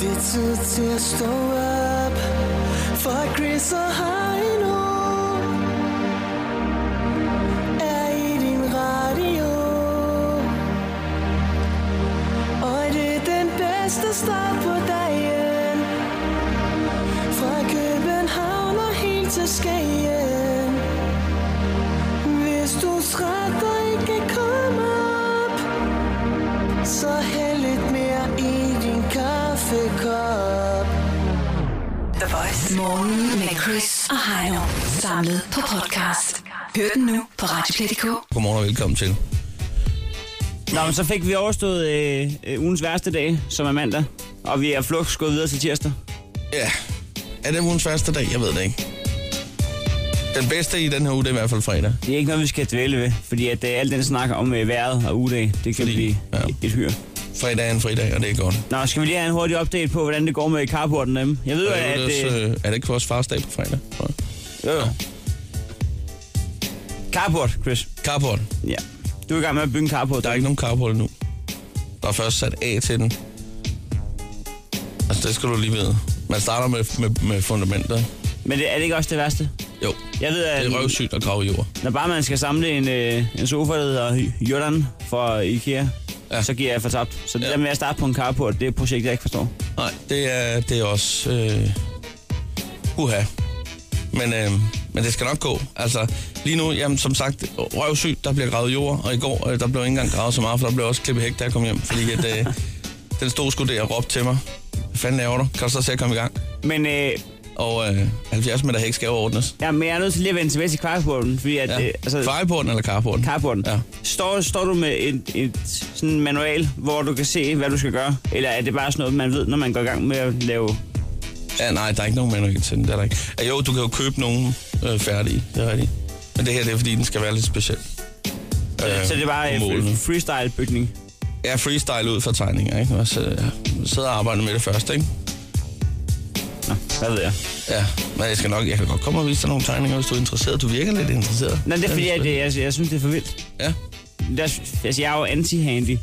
altid til at stå op For Chris og Heino Er i din radio Og det er den bedste start på dagen Fra København og helt til Skagen Hvis du er træt og ikke kan komme op Så hæld lidt mere i din kaffekop The Voice. Morgen med Chris og Heino. Samlet på podcast. Hør den nu på Radioplay.dk. Godmorgen og velkommen til. Nå, men så fik vi overstået øh, øh, ugens værste dag, som er mandag. Og vi er flugt gået videre til tirsdag. Ja, er det ugens første dag? Jeg ved det ikke. Den bedste i den her uge, det er i hvert fald fredag. Det er ikke noget, vi skal dvæle ved, fordi at øh, al den snak om øh, vejret og ugedag, det Fordi- kan fordi, blive ja. ja. et hyr. Fredag er en fridag, og det er godt. Nå, skal vi lige have en hurtig update på, hvordan det går med carporten dem? Jeg ved jo, Og det er, at... vel også, øh, Øh, er det ikke vores fars dag på fredag? tror jeg? jo, jo. Carport, Chris. Carport. Ja. Du er i gang med at bygge en carport. Der er ikke nogen carport endnu. Der er først sat af til den. Altså, det skal du lige vide. Man starter med, med, med fundamentet. Men det, er det ikke også det værste? Jo, Jeg ved, at det er røvsygt at grave i jord. når bare man skal samle en, øh, en sofa, der hedder Jordan fra Ikea, Ja. ja. så giver jeg for tabt. Så det Ja. ja. der med at starte på en carport, det er et projekt, jeg ikke forstår. Nej, det er, det er også... Øh, uha. Men, øh, men det skal nok gå. Altså, lige nu, jamen, som sagt, røvsygt, der bliver gravet jord, og i går, øh, der blev ikke engang gravet så meget, for der blev også klippet hæk, da jeg kom hjem, fordi at, øh, den stod sgu der og råbte til mig, hvad fanden laver du? Kan du så se at komme i gang? Men, øh, Og øh, 70 meter hæk skal overordnes. ja, men jeg er nødt til lige at vende tilbage til carporten, fordi at, ja. Ja. øh, altså, Fejlporten eller carporten? carporten. Ja. Ja. Står, står du med et, et sådan en manual, hvor du kan se, hvad du skal gøre? Eller er det bare sådan noget, man ved, når man går i gang med at lave... Ja, nej, der er ikke nogen manual til den, det er der ikke. Ja, jo, du kan jo købe nogen øh, færdige, det er rigtigt. Men det her, det er fordi, den skal være lidt speciel. Øh, så det er bare på målene. øh, freestyle-bygning. jeg er freestyle ud fra tegninger, ikke? Og så jeg sidder og arbejder med det først, ikke? Nå, hvad ved jeg. Ja, men jeg skal nok, jeg kan godt komme og vise dig nogle tegninger, hvis du er interesseret. Du virker lidt interesseret. Nå, det er fordi, at, det... jeg, jeg, jeg synes, det er for vildt. Ja, Jeg, altså, jeg er jo anti-handy. Ja.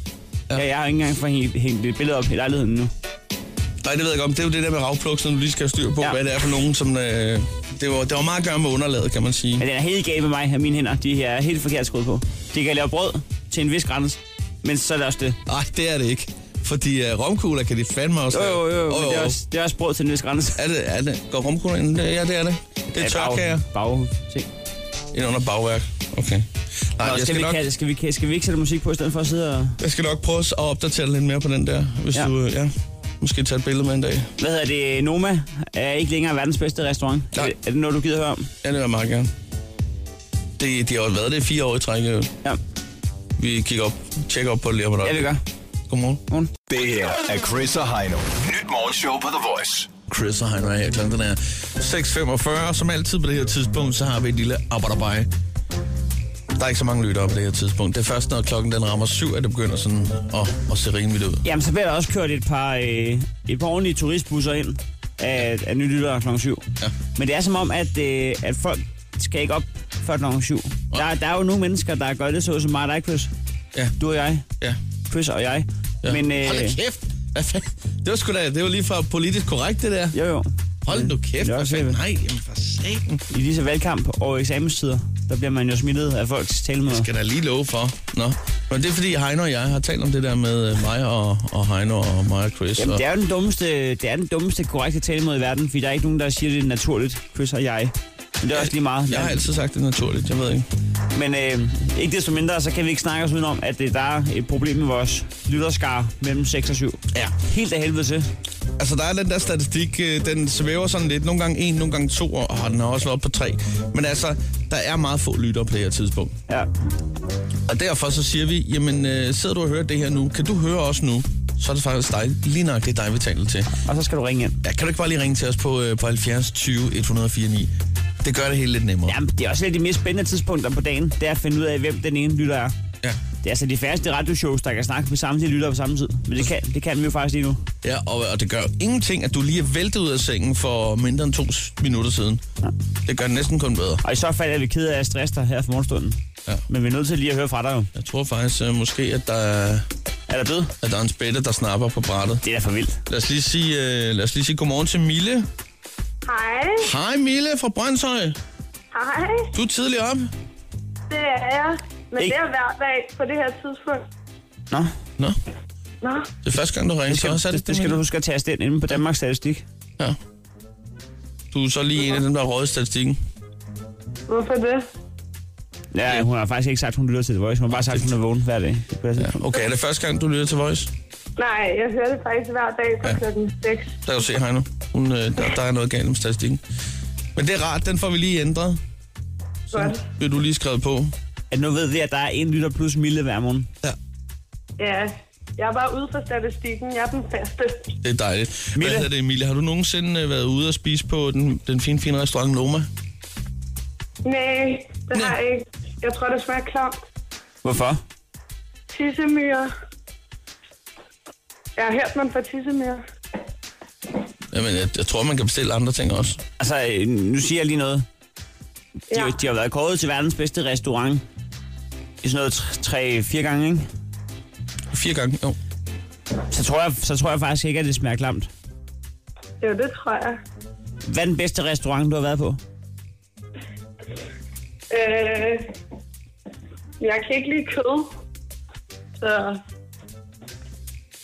Ja. Jeg, jeg har ikke engang fået hængt, hængt et billede op i lejligheden nu. nej, det ved jeg godt, men det er jo det der med ravpluk, som du lige skal have styr på, ja. Ja. hvad det er for nogen, som... Øh, det, var, det var meget at gøre med underlaget, kan man sige. Men den er helt gal med mig og mine hænder. De her er helt forkert skruet på. De kan lave brød til en vis grænse. Men så er det også det. Nej, det er det ikke. Fordi øh, romkugler kan de fandme også... Jo, lave. jo, jo. jo. Åh, Men det er, også, det er også brød til en vis grænse. Er det, er det? Går romkugler ind? Ja, det er det. Det er tørkager. Bag, bag ting. Ind under bagværk. Okay. Nej, Nå, jeg skal, skal vi, nok... kan, skal, vi, kan, skal vi ikke sætte musik på, i stedet for at sidde og... Jeg skal nok prøve at opdatere lidt mere på den der, hvis ja. Ja. du... øh, Ja, måske tage et billede med en dag. Hvad hedder det? Noma er ikke længere verdens bedste restaurant. Er Nej. det, er det noget, du gider høre om? Ja, det vil jeg meget gerne. Det, de har jo været det i fire år i træk. jo. Ja, Vi kigger op, tjekker op på det lige om et ja det øjeblik. gør. Godmorgen. Morgen. Det her er Chris og Heino. Nyt morgenshow på The Voice. Chris og Heino er her. Klokken den er 6.45. Som altid på det her tidspunkt, så har vi et lille arbejderbej. Der er ikke så mange lyttere på det her tidspunkt. Det er først, når klokken den rammer syv, at det begynder sådan at, at se rimeligt ud. Jamen, så bliver der også kørt et par, øh, et par ordentlige turistbusser ind af, af nye lyttere kl. 7. Ja. Men det er som om, at, øh, at folk skal ikke op før kl. 7. Der, der er jo nogle mennesker, der gør det så som mig og dig, Chris. Ja. Du og jeg. Ja. Chris og jeg. ja. Men, øh, Hold da kæft! Hvad fanden? Det var sgu da, det var lige fra politisk korrekt, det der. jo, jo. Hold nu kæft, Det er hvad også fanden? det. Nej, jamen for satan. I disse valgkamp- og eksamenstider, der bliver man jo smittet af folks talemøder. skal der lige love for. Nå. Men det er fordi Heino og jeg har talt om det der med øh, mig og, og Heino og mig og Chris. Jamen, og, det er jo den dummeste, det er den dummeste korrekte talemåde i verden, fordi der er ikke nogen, der siger det naturligt, Chris og jeg. Men det er også lige meget. Jeg har altid sagt det naturligt, jeg ved ikke. Men øh, ikke desto mindre, så kan vi ikke snakke os udenom, at det, der er et problem med vores lytterskare mellem 6 og 7. Ja. Helt af helvede til. Altså, der er den der statistik, øh, den svæver sådan lidt. Nogle gange en, nogle gange to, og åh, den har også været oppe på tre. Men altså, der er meget få lyttere på det her tidspunkt. Ja. Og derfor så siger vi, jamen, øh, sidder du og hører det her nu, kan du høre os nu? Så er det faktisk dig, lige nok det er dig, vi taler til. Og så skal du ringe ind. Ja, kan du ikke bare lige ringe til os på, øh, på 70 20 104 9? Det gør det hele lidt nemmere. Jamen, det er også lidt de mest spændende tidspunkter på dagen, det er at finde ud af, hvem den ene lytter er. Ja. Det er altså de færreste radioshows, der kan snakke med samtlige lyttere på samme tid. Men det kan, det kan vi jo faktisk lige nu. Ja, og, og det gør jo ingenting, at du lige er væltet ud af sengen for mindre end to s- minutter siden. Det gør det næsten kun bedre. Og i så fald er vi ked af at stresse dig her for morgenstunden. Ja. Men vi er nødt til lige at høre fra dig jo. Jeg tror faktisk øh, måske, at der er Er der død? at der er en spætte, der snapper på brættet. Det er da for vildt. Lad os lige sige, øh, lad os lige sige godmorgen til Mille. Hej. Hej Mille fra Brøndshøj. Hej. Du er tidligt op. Det er jeg. Men Ikke- det er hver dag på det her tidspunkt. Nå, Nå, Nå, det er første gang, du ringer. det skal, så er det, det skal du Mille. huske at taste ind inde på Danmarks Statistik. Ja. Du er så lige en af dem, der har rådet statistikken. hvorfor det? Ja, hun har faktisk ikke sagt, hun lytter til The Voice. Hun har bare sagt, hun er vågen hver dag. Det kunne jeg sige. Ja. Okay, er det første gang, du lytter til Voice? Nej, jeg hører det faktisk hver dag fra Ja. ja. klokken 6. Der kan du se, Heino. Hun, øh, der, der er noget galt med statistikken. Men det er rart, den får vi lige ændret. Godt. Bliver du lige skrevet på? At nu ved vi, at der er en lytter plus Mille hver morgen. Ja. Ja, jeg er bare ude for statistikken. Jeg er den faste. Det er dejligt. Mille. Mille? Hvad hedder det, Emilie? Har du nogensinde øh, været ude og spise på den, den fine, fine restaurant Noma? Nej, det har jeg ikke. Jeg tror, det smager klamt. Hvorfor? Tissemyre. Jeg har hørt, man får tissemyre. Jamen, jeg, jeg tror, man kan bestille andre ting også. Altså, øh, nu siger jeg lige noget. De, Ja. ja. de har været kåret til verdens bedste restaurant. I sådan noget tre- tre, fire gange, ikke? Fire gange, jo. Så tror, jeg, så tror jeg faktisk ikke, at det smager klamt. Jo, det tror jeg. Hvad er den bedste restaurant, du har været på? Øh, jeg kan ikke lide kød, så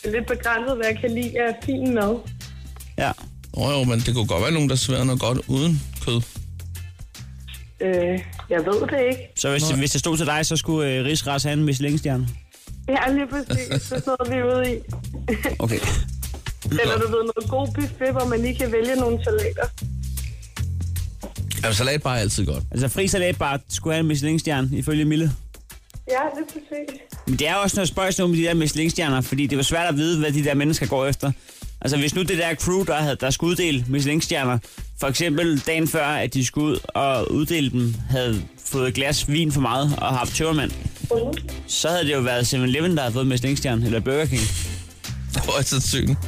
det er lidt begrænset, hvad jeg kan lide af fin mad. Ja. Åh jo, men det kunne godt være nogen, der serverer noget godt uden kød. Øh, jeg ved det ikke. Så hvis, Nå. hvis det stod til dig, så skulle øh, Rigsras have en Michelin-stjerne. Jeg er lige præcis, det er noget, vi er ude i. Okay. Eller du ved, noget god buffet, hvor man lige kan vælge nogle salater. Jamen, salat bare er altid godt. Altså, fri salatbar skulle have en Michelin-stjerne, ifølge Mille. Ja, lige præcis. Men det er jo også noget spøjs nu med de der Michelin-stjerner, fordi det var svært at vide, hvad de der mennesker går efter. Altså hvis nu det der crew, der, havde, der skulle uddele Michelin-stjerner, for eksempel dagen før, at de skulle ud og uddele dem, havde fået et glas vin for meget og haft tøvermand, så havde det jo været 7-Eleven, der havde fået Michelin-stjerne, eller Burger King. Højst sandsynligt.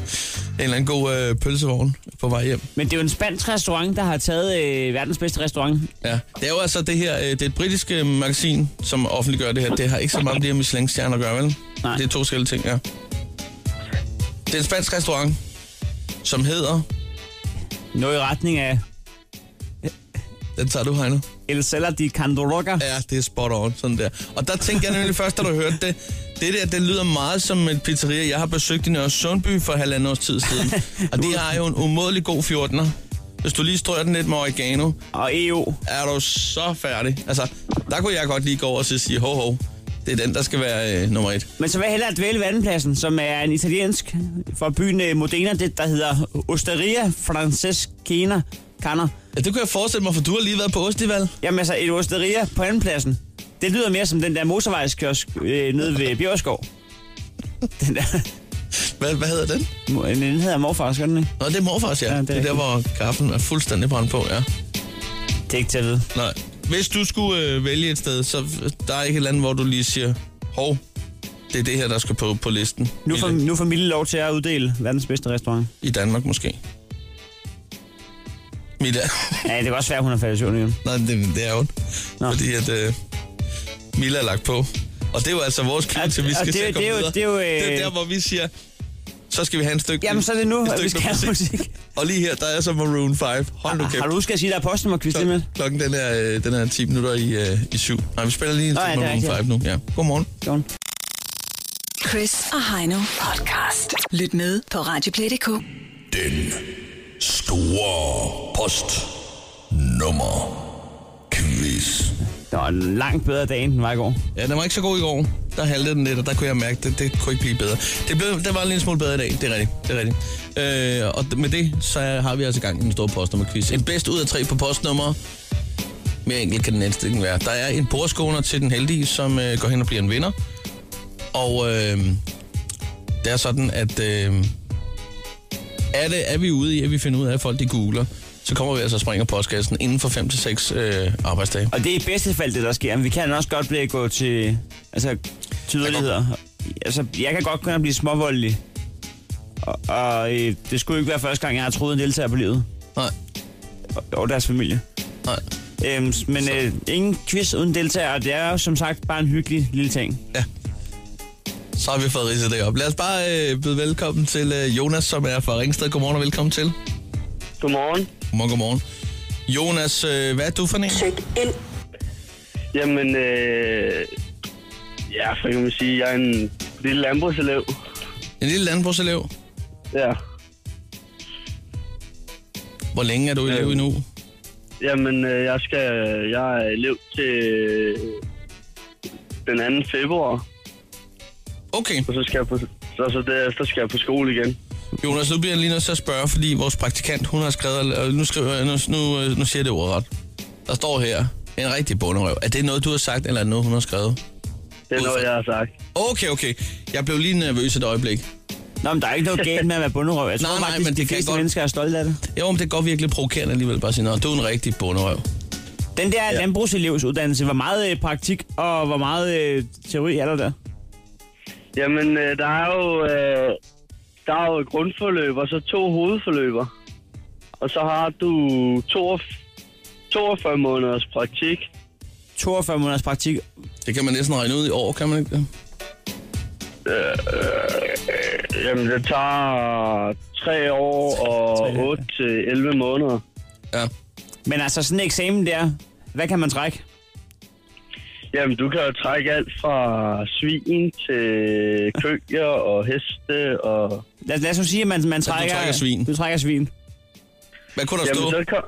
En eller anden god øh, pølsevogn på vej hjem. Men det er jo en spansk restaurant, der har taget øh, verdens bedste restaurant. Ja. Det er jo altså det her, øh, det er et britisk øh, magasin, som offentliggør det her. Det har ikke så meget med de her Michelin-stjerner at gøre, vel? Nej. Det er to forskellige ting, ja. Det er en spansk restaurant, som hedder... Noget i retning af Den tager du, Heino. El Cellar de Candoroga. Ja, det er spot on, sådan der. Og der tænkte jeg nemlig først, da du hørte det, det der, det lyder meget som en pizzeria, jeg har besøgt i Nørre Sundby for halvandet års tid siden. Og de har jo en umådelig god 14'er. Hvis du lige strøger den lidt med oregano, Og E EU. er du så færdig. Altså, der kunne jeg godt lige gå over og så sige, ho, ho, det er den, der skal være øh, nummer et. Men så vil jeg hellere dvæle ved andenpladsen, som er en italiensk fra byen øh, Modena, det der hedder Osteria Francescana Canner. Ja, det kunne jeg forestille mig, for du har lige været på Ostival. Jamen altså, et osteria på andenpladsen, det lyder mere som den der motorvejskiosk øh, nede ved Bjørskov. Den der, Hvad, hvad hedder den? mo- øh, den hedder morfar, skal den ikke? Nå, det er morfars, ja. ja Ja, det, det er er det er der, hvor kaffen er fuldstændig brændt på, ja. Det er ikke til at vide. Nej. Hvis du skulle øh, vælge et sted, så der er ikke et eller andet, hvor du lige siger, hov, det er det her, der skal på, på listen. Nu får, I, nu får Mille lov til at uddele verdens bedste restaurant. I Danmark måske. Mille. Ja, det kan også være, hun er faldet i søvn igen. Nej, det, det er jo Nå. Fordi at øh, Mille er lagt på. Og det er jo altså vores klub, Og- til vi og skal det er se jo- at komme det er jo- videre. det er jo, øh, det er der, hvor vi siger, så skal vi have en stykke Jamen, så er det nu, et at stykke vi skal med have musik. Og lige her, der er så Maroon 5. Hold nu kæft. Har du husket at sige, at der er postnummerquiz lige med? Klok- Klokken den er, øh, den er 10 minutter i, øh, i syv. Nej, vi spiller lige en Nå, ja, stykke det er Maroon 5 nu. Ja. Godmorgen. Godmorgen. Chris og Heino podcast. Lyt med på Radioplay.dk. Den store post nummer quiz. Det var en langt bedre dag, end den var i går. Ja, den var ikke så god i går. Der haltede den lidt, og der kunne jeg mærke, det, det kunne ikke blive bedre. Det, blev, det var en lille smule bedre i dag, det er rigtigt. Det er rigtigt. Øh, og d- med det, så har vi altså gang i den store postnummerquiz. En bedst ud af tre på postnummer. Mere enkelt kan den indstilling være. Der er en bordskåner til den heldige, som øh, går hen og bliver en vinder. Og øh, det er sådan, at øh, er, det, er vi ude i, at vi finder ud af, at folk de googler, så kommer vi altså og springer postkassen inden for 5-6 øh, arbejdsdage. Og det er i bedste fald det, der sker. Men vi kan også godt blive gå til altså, tydeligheder. Altså, jeg kan godt kunne blive småvoldelig. Og, og øh, det skulle ikke være første gang, jeg har troet en deltager på livet. Nej, Og, og deres familie. nej. Øhm, s- men øh, ingen quiz uden deltager, og det er jo som sagt bare en hyggelig lille ting. Ja. Så har vi fået ridset det op. Lad os bare øh, byde velkommen til øh, Jonas, som er fra Ringsted. Godmorgen og velkommen til. Godmorgen. Godmorgen, godmorgen. Jonas, øh, hvad er du for en? Søg ind. Jamen, øh, ja, for kan man sige, jeg er en lille landbrugselev. En lille landbrugselev. Ja. Hvor længe er du elev Øh. endnu? Jamen, øh, jeg, skal, jeg er elev til øh, den 2. februar, Okay, og så skal jeg på, så, så derefter skal jeg på skole igen. Jonas, nu bliver jeg lige nødt til at spørge, fordi vores praktikant, hun har skrevet, og nu, skriver, jeg- nu, nu, øh, nu siger jeg det ordet ret. Der står her, en rigtig bonderøv. Er det noget, du har sagt, eller er det noget, hun har skrevet? Det er noget, jeg har sagt. Okay, okay. Jeg blev lige nervøs et øjeblik. Nå, men der er ikke noget galt med at være bunderøv. Jeg tror Nej, nej, faktisk, men det de kan fleste godt- mennesker er stolte af det. Jo, men det går virkelig provokerende alligevel bare at sige, "Nå, du er en rigtig bonderøv. Den der ja. landbrugselevsuddannelse, hvor meget øh, praktik og hvor meget øh, teori er der der? Jamen, øh, der er jo... Øh, der er jo et grundforløb, og så to hovedforløber. Og så har du 42 måneders praktik. 42 måneders praktik. Det kan man næsten regne ud i år, kan man ikke det? Øh, Jamen, det tager 3 år og 8 til 11 måneder. Ja. Men altså sådan en eksamen der, hvad kan man trække? Jamen, du kan jo trække alt fra svin til køer og heste og... Lad, lad os nu sige, at man, man trækker... trækker svin. Du trækker svin. Hvad kunne der Jamen, stå? så kom...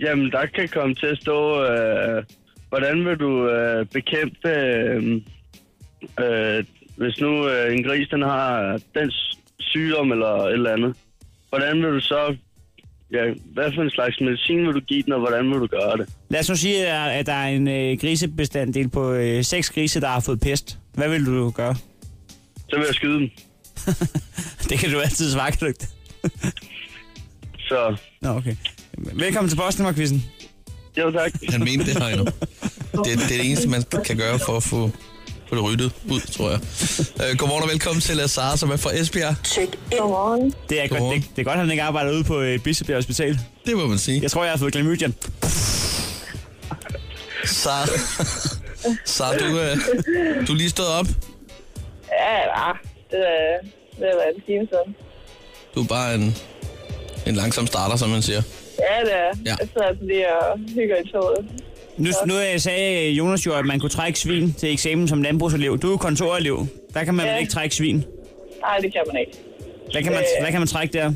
Jamen, der kan komme til at stå, øh, hvordan vil du øh, bekæmpe, øh, øh, hvis nu øh, en gris, den har den s- sygdom eller et eller andet. Hvordan vil du så, ja, hvad for en slags medicin vil du give den, og hvordan vil du gøre det? Lad os nu sige, at- at der er en øh, grisebestanddel på øh, seks grise, der har fået pest. Hvad vil du gøre? Så vil jeg skyde dem. Det kan du altid svare, kan du ikke? det? Så, Nå, okay. Velkommen til Boston jo tak. Han mente det, Heino. Det, det er det eneste, man kan gøre for at få, få det ryddet ud, tror jeg. Øh, godmorgen og velkommen til øh, Sara, som er fra Esbjerg. Godmorgen. Det er, godt, Godmorgen. det, det er godt, at han ikke arbejder ude på øh, Bispebjerg Hospital. Det må man sige. Jeg tror, jeg har fået klamydia. Sara, Sara du, øh, du er lige stået op. Ja, ja. Det er ved at være en time siden. Du er bare en, en langsom starter, som man siger. Ja, det er. Ja. Jeg sidder altså lige og hygger i toget. Nu, nu øh, sagde Jonas jo, at man kunne trække svin til eksamen som landbrugselev. Du er kontorelev. Der kan man vel Ja. ikke trække svin. Nej, det kan man ikke. Hvad kan man, Øh. hvad kan man trække der? Der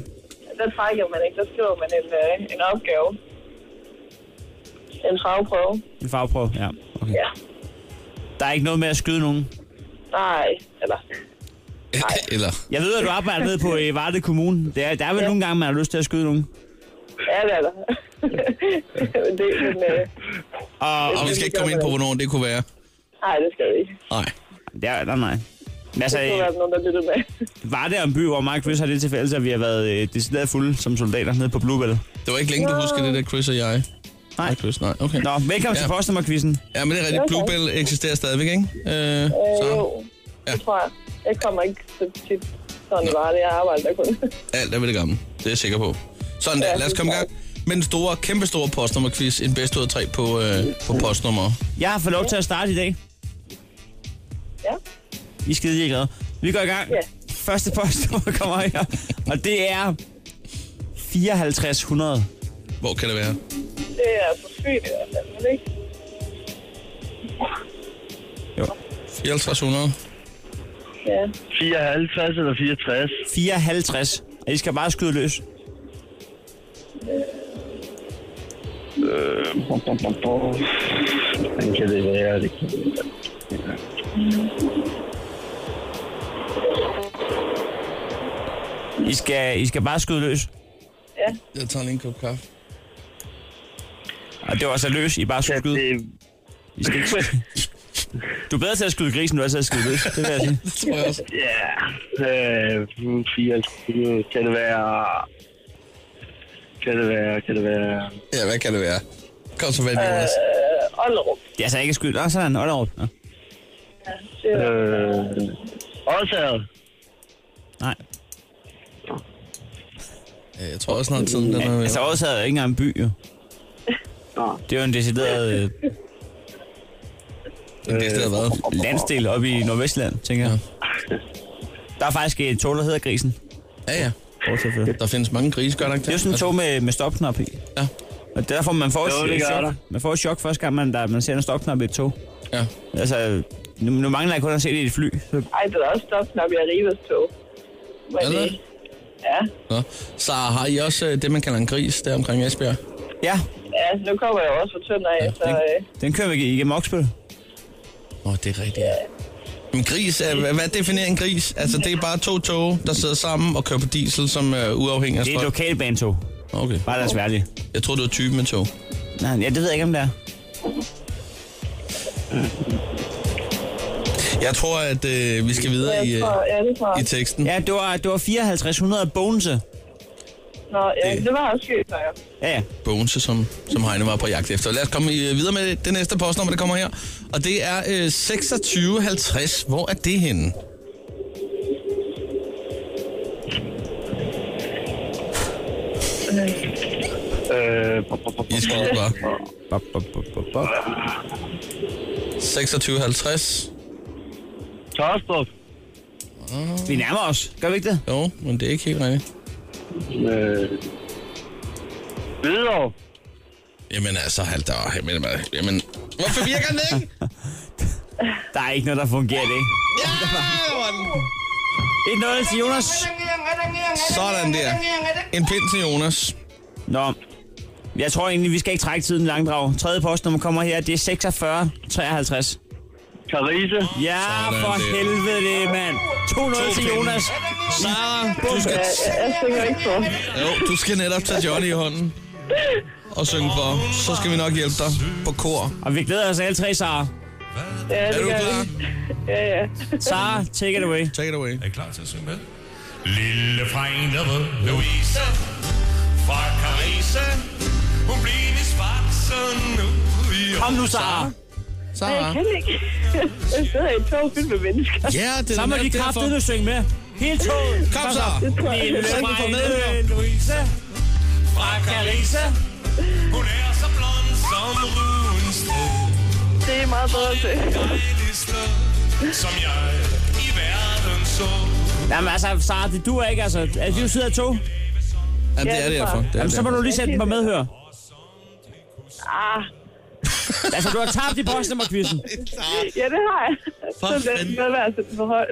trækker man ikke. Der skriver man en, øh, en opgave. En fagprøve. En fagprøve, ja. Okay. Ja. Der er ikke noget med at skyde nogen. Nej, eller... Eller, Jeg ved, at du arbejder nede på øh, Varde Kommune. Der, der er vel ja. nogle gange, man har lyst til at skyde nogen. Ja, det er der. men det, men, øh, Og, og og vi skal ikke komme ind på, hvornår det kunne være. nej, det skal vi ikke. Nej. der, nej, nej. Men altså, Det kunne være øh, der er nogen, der lytter med. var det en by, hvor Mark Chris har det til fælles, at vi har været øh, decideret fulde som soldater nede på Bluebell? Det var ikke længe, du husker det der Chris og jeg. Nej. Chris, nej. Okay. Nå, velkommen Ja. ja. til postnummerquizzen. Ja, men det er rigtigt. Okay. Bluebell eksisterer stadigvæk, ikke? Øh, Øh, jo, så det Ja. tror jeg. Jeg kommer ikke så tit sådan var det. Jeg arbejder der kun. alt er ved det gamle. Det er jeg sikker på. Sådan der. Ja, Lad os komme i gang med den store, kæmpe store postnummerquiz. En bedst ud af tre på, øh, på postnummer. Jeg har fået lov til at starte i dag. ja, I er skide glade. Vi går i gang. Ja. Første postnummer kommer her, og det er 5400. Hvor kan det være? det er for Fyn i hvert fald, men ikke? 5400. Ja. 54 eller 64? 54. Og I skal bare skyde løs. Øh. Hvordan kan det være? Det kan... I skal, I skal bare skyde løs. Jeg tager lige en kop kaffe. Og det var altså løs, I bare skulle Kan skyde. det... I skal ikke... Du er bedre til at skyde grisen, end du er til at skyde løs. Det vil jeg sige. Det tror jeg også. Ja, øh, 54, kan det være... Kan det være, kan det være... Ja, hvad kan det være? Kom så fat, Jonas. Ollerup. Det er altså ikke skyld. Nå, sådan. Ollerup. Nå. Det er, Øh, Årsaget. Nej. Ja, jeg tror også snart tiden, den er Altså, ved. Aarhus havde jo ikke engang en by, jo. Nå. Det er jo en decideret øh, Den bedste, der har været. landsdel oppe i Nordvestland, tænker jeg. Der er faktisk et tog, der hedder Grisen. Ja, ja. Bortset fra- Der findes mange grise, gør der ikke Altså, Det er jo sådan et tog Øh, med, med stopknap i. Ja. Og det er derfor, man får, Jo, et, det et gør der. chok. man får et chok første gang, man, der, man ser en stopknap i et tog. Ja. Altså, nu, nu mangler jeg kun at se det i et fly. Så Ej, det er også stof, når vi er Rivas tog. Men, Er det? øh, Ja, Nå. Så har I også øh, det, man kalder en gris, der omkring Esbjerg? ja, ja, nu kommer jeg jo også fra Tønder af, så øh, den kører vi igennem Oksbøl. Åh, det er rigtigt. En gris, er, hvad- hvad definerer en gris? Altså, det er bare to tog, der sidder sammen og kører på diesel, som er uafhængig af Det er et strøm. lokalbanetog. Okay. Bare deres værdige. Jeg tror, det var typen af tog. Nej, ja, det ved jeg ikke, om det er. Jeg tror, at øh, vi skal videre i, jeg øh, tror, ja, det tror i jeg. teksten. Ja, det var, det var 5400 bonse. Nå, ja, det- det var også skønt, ja. Ja, ja. Bonse, som, som Heine var på jagt efter. Lad os komme øh, videre med det, det næste postnummer, der kommer her. Og det er øh, 2650. Hvor er det henne? Øh, I skyder bare. Bop, bop, bop, bop, bop. 2650. Tostrup. Mm. Vi nærmer os. Gør vi ikke det? Jo, men det er ikke helt rigtigt. Øh, Hvidovre. Jamen altså, halv der. Jamen, jamen, hvorfor virker den ikke? Der er ikke noget, der fungerer det. Ja, hvor er den. 1-0 til Jonas. Sådan der. En pind til Jonas. Nå. Jeg tror egentlig, vi skal ikke trække tiden i langdrag. Tredje postnummer kommer her. Det er 46 53. Carise. Ja, Sådan for der. helvede, mand. 2-0 til pinde. Jonas. Sara, du skal, Jeg synger ikke for. jo, du skal netop tage Johnny i hånden og synge for. Så skal vi nok hjælpe dig på kor. Og vi glæder os alle tre, Sara. Ja, Er det du gør klar? jeg. Ja, ja. Sara, take it away. Take it away. Er I klar til at synge med? Lille fejne Louise fra Carissa. Hun bliver i svarsen nu. Jo. Kom nu, Sara. Jeg Sara. kan ikke. Jeg sidder i et tog fyldt med mennesker. Ja, det er Så må netop de derfor. kraftedeme synge med. Hele toget. Kom så. Lille Sæt den på Vejle, medhør. Louise. Fra Carissa. Hun er så blond som rugen strå. Det er meget bedre til. Dejligste, som jeg i verden så. Jamen altså, Sara, det duer ikke, altså. Er du sidder i tog? Ja, det er det derfor. Det er Jamen, så må derfor. du lige sætte den på medhør. Ah, Altså, du har tabt i postnummerquizzen. ja, det har jeg. Så det fanden. er med altså for højt.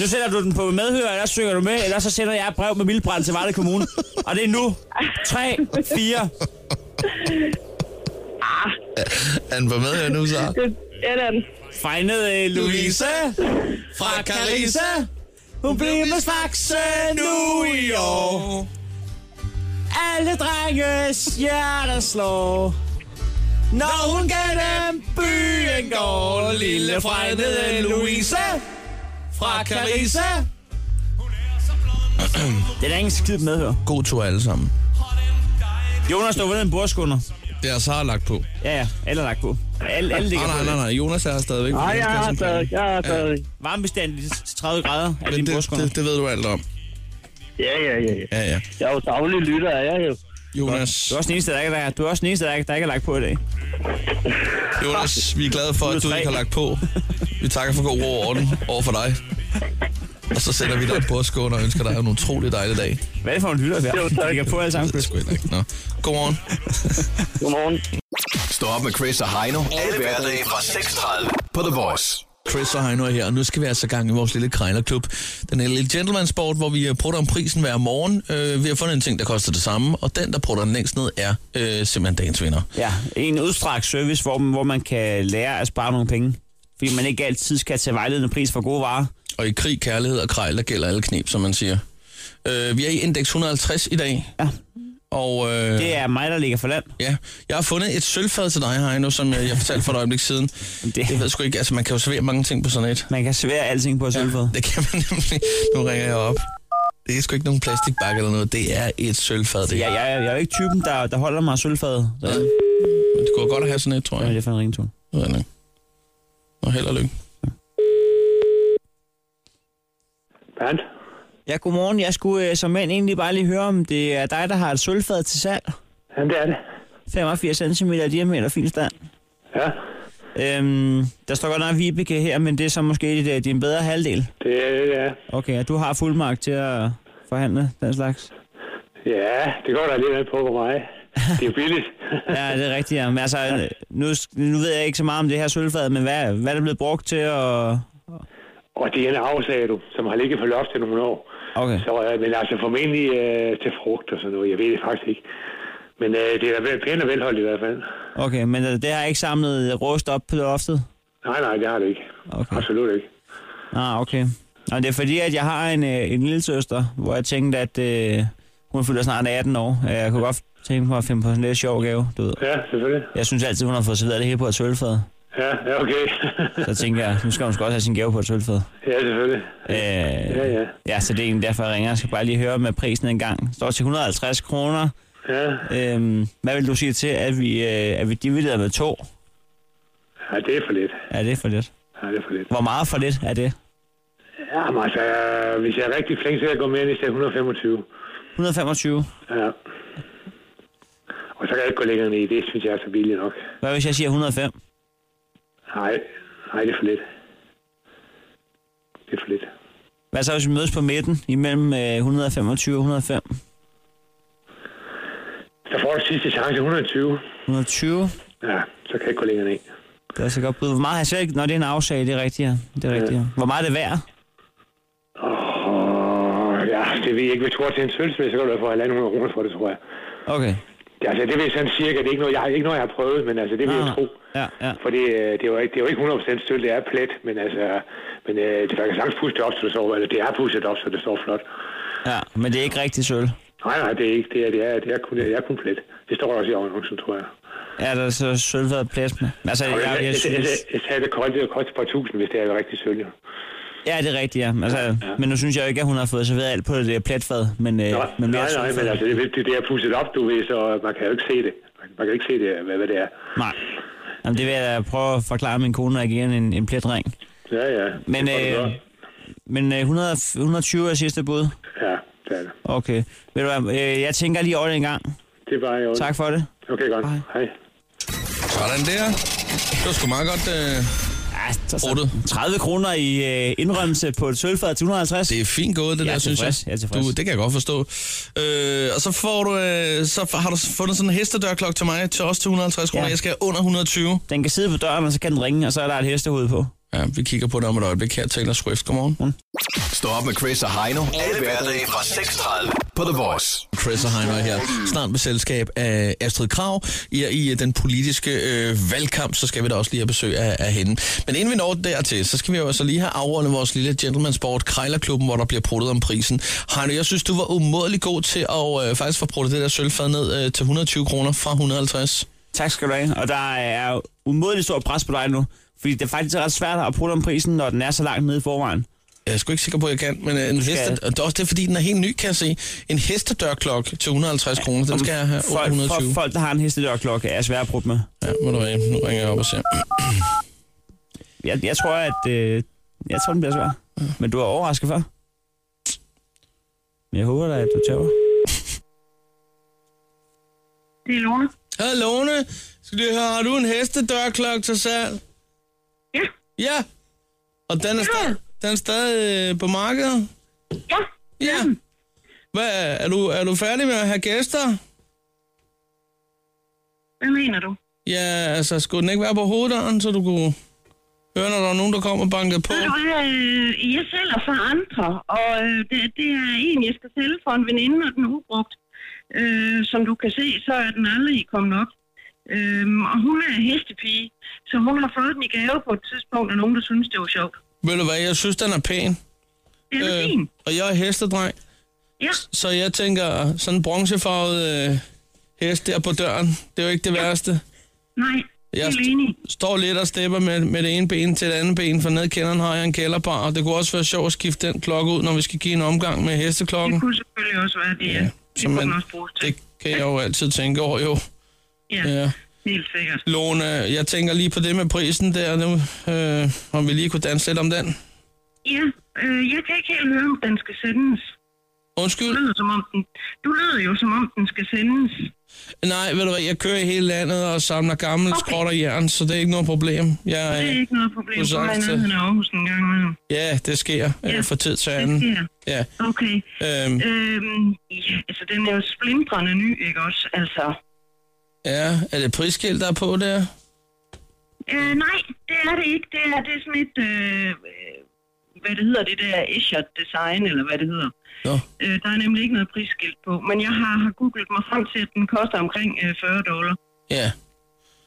Nu sætter du den på medhør, eller så synger du med, eller så sender jeg et brev med mildbrand til Varde Kommune. Og det er nu. 3, 4. Ah. Er den på med her nu, Sara? Ja, det er den. Fejnede øh, Louise fra Carissa. Hun bliver med straks nu i år. Alle drenges hjerter slår. Når hun gennem byen går, lille frejnede Louise fra Carissa. Det er da ingen skid medhør. God tur alle sammen. Jonas stod ved en bordskunder. Det har Sara lagt på. Ah, Ja, ja. Alle er lagt på. Alle, alle ligger Nej, nej, på. nej, nej. Jonas er stadigvæk. på Nej, jeg har landspladsen. stadig. Jeg har stadig. Varmebestandigt til 30 grader af Men din det, bordskunder. det, det ved du alt om. Ja, ja, ja. ja. Ja, ja. Jeg er jo daglig lytter, er jeg jo. Jonas, Du er også den eneste, der ikke, der, du er også den eneste, der ikke, der ikke er lagt på i dag. Jonas, vi er glade for, at du ikke har lagt på. Vi takker for god ro og orden over for dig. Og så sætter vi dig på skåne og ønsker dig en utrolig dejlig dag. Hvad er det for en lytter, der? Jo, tak. Vi kan på alle sammen. Det er sgu heller ikke. Nå. Godmorgen. Godmorgen. Stå op med Chris og Heino. Alle hverdage fra 6.30 på The Voice. Chris og Heino er her, og nu skal vi altså i gang i vores lille krejlerklub. Den er lille gentleman sport, hvor vi øh, prutter om prisen hver morgen. Øh, vi har fundet en ting, der koster det samme, og den, der prutter den længst ned, er øh, simpelthen dagens vinder. Ja, en udstrakt service, hvor man, hvor man kan lære at spare nogle penge. Fordi man ikke altid skal tage vejledende pris for gode varer. Og i krig, kærlighed og krejl, der gælder alle knep, som man siger. Øh, vi er i indeks 150 i dag. Ja. Og, øh, Det er mig, der ligger for land. Ja, jeg har fundet et sølvfad til dig, Heino, som øh, jeg, jeg fortalte for et øjeblik siden. det- Det... Jeg ved sgu ikke, altså man kan jo servere mange ting på sådan et. Man kan servere alting på sølvfad. Det kan man nemlig. Nu ringer jeg op. Det er sgu ikke nogen plastikbakke eller noget. Det er et sølvfad, det Jeg, her. jeg, jeg er jo ikke typen, der, der holder mig af sølvfadet. Så, Det kunne godt at have sådan et, tror Hvad er jeg. det for en ringtone? Ved jeg ikke. Nå, held og lykke. Bernd. Ja, godmorgen. Jeg skulle øh, som mand egentlig bare lige høre, om det er dig, der har et sølvfad til salg. Ja, det er det. 85 cm i diameter, fin stand. Ja. Øhm, der står godt nok Vibeke her, men det er så måske dit, øh, din bedre halvdel. Det er, ja. Okay, og du har fuldmagt til at forhandle den slags? ja, det går da lidt af på for mig. Det er billigt. Ja, det er rigtigt. Ja. Men altså, øh, nu, nu ved jeg ikke så meget om det her sølvfad, men hvad, hvad er det blevet brugt til? Og... Og det er en afsag, du, som har ligget på loft i nogle år. Okay. Så, øh, men altså formentlig øh, til frugt og sådan noget. Jeg ved det faktisk ikke. Men øh, det er da vel- pænt og velholdt i hvert fald. okay, men øh, det har ikke samlet øh, rust op på loftet? Nej, nej, det har det ikke. Okay. Absolut ikke. Ah, okay. Og det er fordi, at jeg har en, øh, en lille søster, hvor jeg tænkte, at øh, hun fylder snart 18 år. Øh, Jeg kunne godt tænke mig at finde på sådan en lidt sjov gave, du ved. Ja, selvfølgelig. Jeg synes altid, hun har fået serveret det hele på et sølvfad. Ja, ja okay. Så tænker jeg, nu skal hun sgu også have sin gave på et sølvfad. ja, selvfølgelig. Øh, Ja, ja. ja, så det er egentlig derfor, jeg ringer. Jeg skal bare lige høre med prisen en gang. Står til 150 kroner. Ja, Øhm, hvad vil du sige til, at vi, øh, at vi dividerer med to? ja det er for lidt. Er det for lidt? Ja, det er for lidt. Hvor meget for lidt er det? Ja, men altså, øh, hvis jeg er rigtig flink, så kan jeg gå med ind i stedet 125. 125. Ja. Og så kan jeg ikke gå længere ned. Det synes jeg er så billigt nok. Hvad hvis jeg siger 105? Nej, nej, det er for lidt. Det er for lidt. Hvad så, hvis vi mødes på midten imellem øh, 125 og 105? Så får du sidste chance 120. 120? Ja, så kan jeg ikke gå længere ned. Det er så godt bud. Hvor meget har jeg selv ikke? Nå, det er en afsag, det er rigtigt, ja. Det er rigtigt, ja. Hvor meget er det værd? Åh, ja, det ved jeg ikke. Hvis du går til en sølvsmed, så kan du da få 1.500 kroner for det, tror jeg. Okay. Det, altså, det ved jeg sådan cirka. Det er ikke noget, jeg, ikke noget, jeg har prøvet, men altså, det vil jeg Ah, tro. Ja, ja. For det, øh, det er jo ikke, det er jo ikke 100% sølv, det er plet, men altså, men øh, det man kan sagtens puste op, så det står, eller det er pustet op, så det står flot. Ja, men det er ikke rigtig sølv. Nej, nej, det er ikke, det er, det er, det er kun, det er kun plet. Det står også i annoncen, tror jeg. Er der så sølvfadet plasma? Altså, Og jeg, jeg, jeg, jeg, jeg, synes... jeg sagde, det koster, det koster et par tusind, hvis det er rigtig sølv. jo. Ja, det er rigtigt, ja. Altså, Men nu synes jeg jo ikke, at hun har fået serveret alt på det der pletfad. Men, øh, Nej, men men mere nej, nej, sølvfad. men altså, det, er- det, det er pusset op, du ved, så man kan jo ikke se det. Man, man kan ikke se det, hvad, hvad det er. Nej. Jamen, det vil jeg da prøve at forklare min kone, når jeg giver hende en, en pletring. Ja, ja. Men, det får du øh, gøre. men øh, 100, 120 er sidste bud. Ja, det er det. Okay. Ved du hvad, øh, jeg tænker lige over det en gang. Det er bare i orden. Tak for det. Okay, godt. Hej. Sådan der. Det var sgu meget godt. Øh. Ja, så, Ruttet. 30 kroner i øh, indrømmelse på et sølvfad til 150. Det er fint gået, det Jeg er der, synes jeg. tilfreds. Jeg er tilfreds. du, det kan jeg godt forstå. Øh, og så, får du, øh, så har du fundet sådan en hestedørklok til mig, til os til 150 kroner. Ja. Ja. Jeg skal have under 120. Den kan sidde på døren, og så kan den ringe, og så er der et hestehoved på. Mm. Ja, vi kigger på det om et øjeblik her. Taylor Swift, godmorgen. Stå op med Chris og Heino. Alle hverdage fra 6.30 på The Voice. Chris og Heino er her. Snart med selskab af Astrid Krav. I, i øh, den politiske øh, valgkamp, så skal vi da også lige have besøg af, af hende. Men inden vi når dertil, så skal vi jo altså lige have afrundet vores lille gentleman sport, Krejlerklubben, hvor der bliver pruttet om prisen. Heino, jeg synes, du var umådelig god til at øh, faktisk få pruttet det der sølvfad ned øh, til 120 kroner fra 150. Tak skal du have. Og der er jo umådelig stor pres på dig nu. Fordi det er faktisk ret svært at bruge om prisen, når den er så langt nede i forvejen. Jeg er sgu ikke sikker på, at jeg kan, men øh, en heste, og det er også det, fordi den er helt ny, kan jeg se. En hestedørklok til 150 kroner, den skal jeg have under folk, 120. folk, folk, der har en hestedørklokke, er svært at bruge med. Ja, må du være, nu ringer jeg op og ser. Jeg, jeg tror, at øh, jeg tror, den bliver svær. Men du er overrasket før. Men jeg håber da, at du tager. Det er Lone. Hej Lone, skal du høre, har du en hestedørklok til salg? Ja. Ja, og den er, stadig, den er stadig øh, på markedet? Ja. Mm. Ja. Hvad, er, du, er du færdig med at have gæster? Hvad mener du? Ja, altså, skulle den ikke være på hoveddøren, så du kunne høre, når der er nogen, der kommer og banker på? Ved du hvad, øh, jeg sælger for andre, og øh, det, det er en, jeg skal sælge for en veninde, og den er ubrugt. Øh, som du kan se, så er den aldrig kommet op. Øhm, og hun er hestepige, så hun har fået den i gave på et tidspunkt, og nogen, der synes, det var sjovt. Ved du hvad, jeg synes, den er pæn. Det er øh. fint. og jeg er hestedreng, Ja, så jeg tænker, sådan en bronzefarvet øh, hest der på døren, det er jo ikke det værste. nej, Jeg jeg er er st- enig. står lidt og stepper med, med det ene ben til det andet ben, for ned i kælderen har jeg en kælderbar, og det kunne også være sjovt at skifte den klokke ud, når vi skal give en omgang med Det hesteklokken. kunne selvfølgelig også være det, ja. Det så kunne man- den også bruges til. Det kan jeg jo altid tænke over, jo. Ja, Ja. helt sikkert. Lone, jeg tænker lige på det med prisen der nu, øh, om vi lige kunne danse lidt om den. Ja, øh, jeg kan ikke helt høre, om den skal sendes. Du Undskyld, lyder, som om den, du lyder jo, som om den skal sendes. Nej, ved du hvad, jeg kører i hele landet og samler gammel okay. skrot og jern, så det er ikke noget problem. Jeg, Det er ikke noget problem. Du Du er i sagde til- nærheden af Aarhus en gang imellem. Ja, det sker ja. Ja, Øh, fra tid til Det anden. sker. Ja. Okay. Øhm, Øhm, ja, altså, den er jo splindrende ny, ikke også? Altså, ja, er det prisskilt, der er på der? øh, nej, det er det ikke. Det er, det er sådan et, øh, øh, hvad det hedder, det der Escher Design, eller hvad det hedder. Nå. Øh, der er nemlig ikke noget prisskilt på, men jeg har, har googlet mig frem til, at den koster omkring øh, 40 dollar. Ja.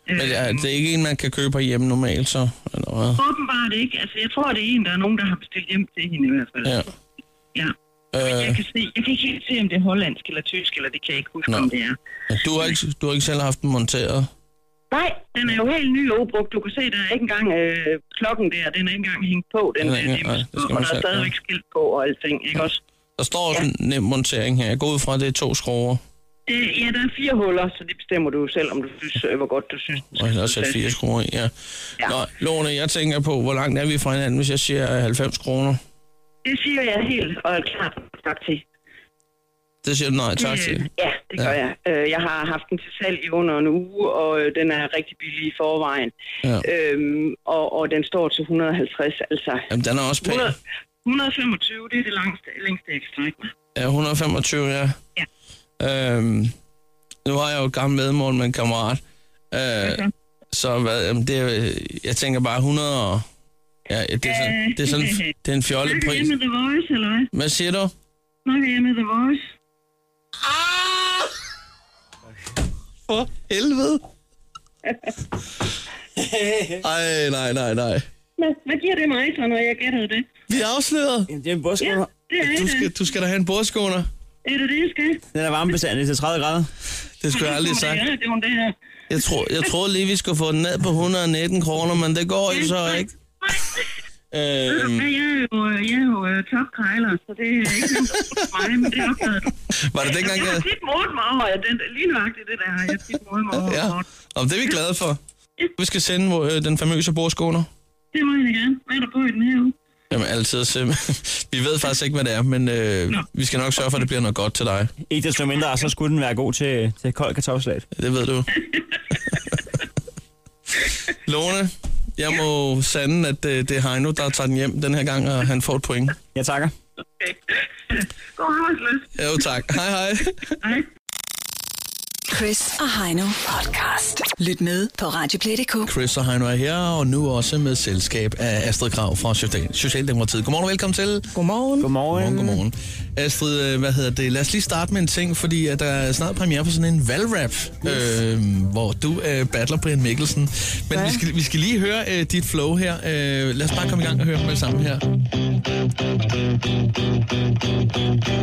Men det Mm. er, det er ikke en, man kan købe hjemme normalt, så? Eller hvad? Åbenbart ikke. Altså, jeg tror, det er en, der er nogen, der har bestilt hjem til hende i hvert fald. Ja. ja. Øh, Jeg, kan se, jeg kan ikke helt se, om det er hollandsk eller tysk, eller det kan jeg ikke huske, Nå. Nå. om det er. du, har ikke, du har ikke selv haft den monteret? Nej, den er jo helt ny og ubrugt. Du kan se, der er ikke engang øh, klokken der, den er ikke engang hængt på, den Den der er ikke- nej, det skal limeskål, man og der selv- er stadigvæk skilt på og alting, ikke også? Der står også ja. nem montering her. Jeg går ud fra, at det er to skruer, Det, ja, der er fire huller, så det bestemmer du jo selv, om du synes, øh, hvor godt du synes. den og skal ellers er sidde det fire fast. skruer i. Ja. Ja. Nå, Lone, jeg tænker på, hvor langt er vi fra hinanden, hvis jeg siger øh, 90 kroner? Det siger jeg helt og er klart tak til. Det siger du nej tak Øh, til. Ja, det gør jeg. Øh, jeg har haft den til salg i under en uge, og øh, den er rigtig billig i forvejen. Ja. Øhm, og, og den står til 150, altså. Jamen, den er også pæn. 100, 125, det er det langste, længste, jeg kan strække mig. Ja, 125, ja. Ja. Øhm, nu har jeg jo et gammelt vedmål med en kammerat. Øh, okay. Så hvad, jamen, det er, jeg tænker bare 100 og... Ja, det er sådan, Øh, det er sådan, det er en fjollet Snakker jeg pris. med The Voice, eller hvad? Hvad siger du? Snakker jeg med The Voice? Ah! For helvede. Ej, nej, nej, nej. Hvad, hvad giver det mig så, når jeg gætter det? Vi er afsløret. Jamen, det er en borskål. Ja, det er Du det. skal, du skal da have en bordskåner. Er det det, jeg skal? Den er varmebesandet til 30 grader. Det skulle jeg aldrig have sagt. Det er det, hun det her. Jeg, tror, jeg troede lige, vi skulle få den ned på 119 kroner, men det går jo så ikke. Øhm, Nej, jeg er jo, øh, jeg er jo uh, topkrejler, så det er ikke noget for mig, men det er opdaget. var det dengang, Jeg har jeg... tit mordet mig over, at den, lige nøjagtigt det der har jeg tit mordet mig over. Ja, Nå, men det er vi glade for. Vi skal sende øh, den famøse bordskåner. Det må jeg da gerne. Hvad er der på i den her uge? Jamen altid, Sim. Vi ved faktisk ikke, hvad det er, men øh, Nå. vi skal nok sørge for, at det bliver noget godt til dig. Ikke desto mindre, så skulle den være god til, til kold kartoffelsalat. Det ved du. Lone, jeg må sande, at øh, det er Heino, der tager den hjem den her gang, og han får et point. Jeg takker. Okay. God arbejdsløs. Jo tak. Hej hej. Hej. Chris og Heino podcast. Lyt med på Radioplay.dk. Chris og Heino er her, og nu også med selskab af Astrid Krav fra Social- Socialdemokratiet. Godmorgen og velkommen til. Godmorgen. Godmorgen. Godmorgen, godmorgen. Astrid, øh, hvad hedder det? Lad os lige starte med en ting, fordi at der er snart premiere på sådan en valgrap, øh, hvor du øh, battler Brian Mikkelsen. Men vi skal, vi skal lige høre øh, dit flow her. Øh, lad os bare komme i gang og høre med det samme her. 10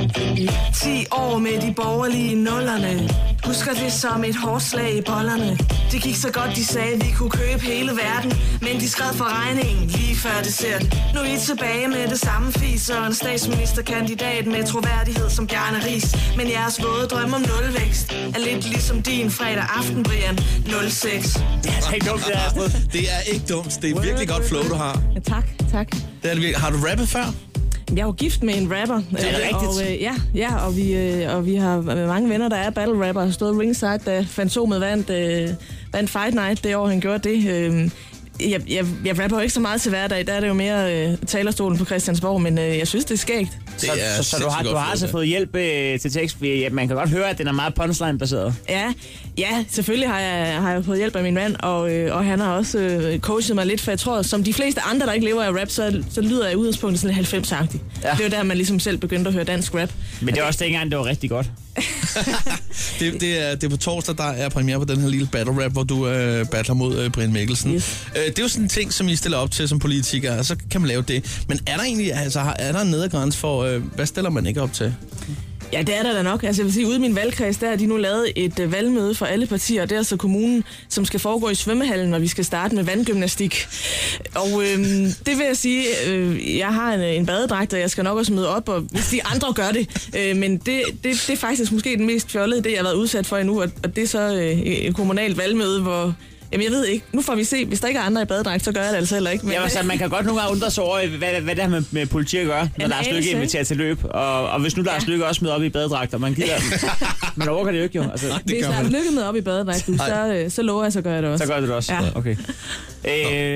år med de borgerlige nullerne. Husker det som et hårdt slag i bollerne. Det gik så godt, de sagde, vi kunne købe hele verden. Men de skred for regningen lige før det ser Nu er I tilbage med det samme fis og en statsministerkandidat med troværdighed som Bjarne Ries. Men jeres våde drøm om nulvækst er lidt ligesom din fredag aften, Brian. 06. Det er altså ikke dumt, det er Astrid. Det er ikke dumt. Det er virkelig godt flow, du har. Ja, tak, tak. Det er det virkelig. Har du rappet før? Jeg er jo gift med en rapper. er øh, rigtigt. Og, øh, ja, ja og, vi, øh, og vi har øh, mange venner, der er battle rapper. Jeg har stået ringside, da Fantomet vandt, øh, vandt Fight Night det år, han gjorde det. Øh, jeg, jeg, jeg rapper jo ikke så meget til hverdag. Der er det jo mere øh, talerstolen på Christiansborg, men øh, jeg synes, det er skægt. Det Så, så, så du har, sindssygt du godt har altså flow, fået hjælp øh, til tekst. fordi, Ja, man kan godt høre, at den er meget punchline-baseret. Ja, ja selvfølgelig har jeg, har jeg fået hjælp af min mand, og, øh, og han har også øh, coachet mig lidt, for jeg tror, som de fleste andre, der ikke lever af rap, så, så lyder jeg i udgangspunktet sådan lidt 90-agtig. Ja. Ja. Det er jo der, man ligesom selv begyndte at høre dansk rap. Men det er også dengang, det var rigtig godt. det. Det, det, er, det er på torsdag, der er premiere på den her lille battle rap, hvor du øh, battler mod øh, Brian Mikkelsen. Yes. Øh, det er jo sådan en ting, som I stiller op til som politikere, og så kan man lave det. Men er der egentlig altså, har- er der en nedergrænse for, øh, hvad stiller man ikke op til? Ja, det er der da nok. Altså, jeg vil sige, ude i min valgkreds, der har de nu lavet et øh, valgmøde for alle partier, og det er så kommunen, som skal foregå i svømmehallen, og vi skal starte med vandgymnastik. Og øhm, det vil jeg sige, øh, jeg har en, øh, en badedragt, og jeg skal nok også møde op, og hvis de andre gør det. Øh, men det, det, det er faktisk måske den mest fjollede, det jeg har været udsat for endnu, og, og det er så øh, et kommunalt valgmøde, hvor Jamen, jeg ved ikke. Nu får vi se. Hvis der ikke er andre i badedragt, så gør jeg det altså heller ikke. Men... Jamen, så man kan godt nogle gange undre sig over, hvad, hvad det har med, med politi at gøre, når En der er anelse, stykke ikke? inviteret til løb. Og, og hvis nu der er stykke også med op i badedragter, man gider dem. Man overgår det jo ikke, jo. Altså, Hvis der er lykke med op i badedragten, Nej. så, øh, så lover jeg, så gør jeg det også. så gør det det også. Ja. Okay.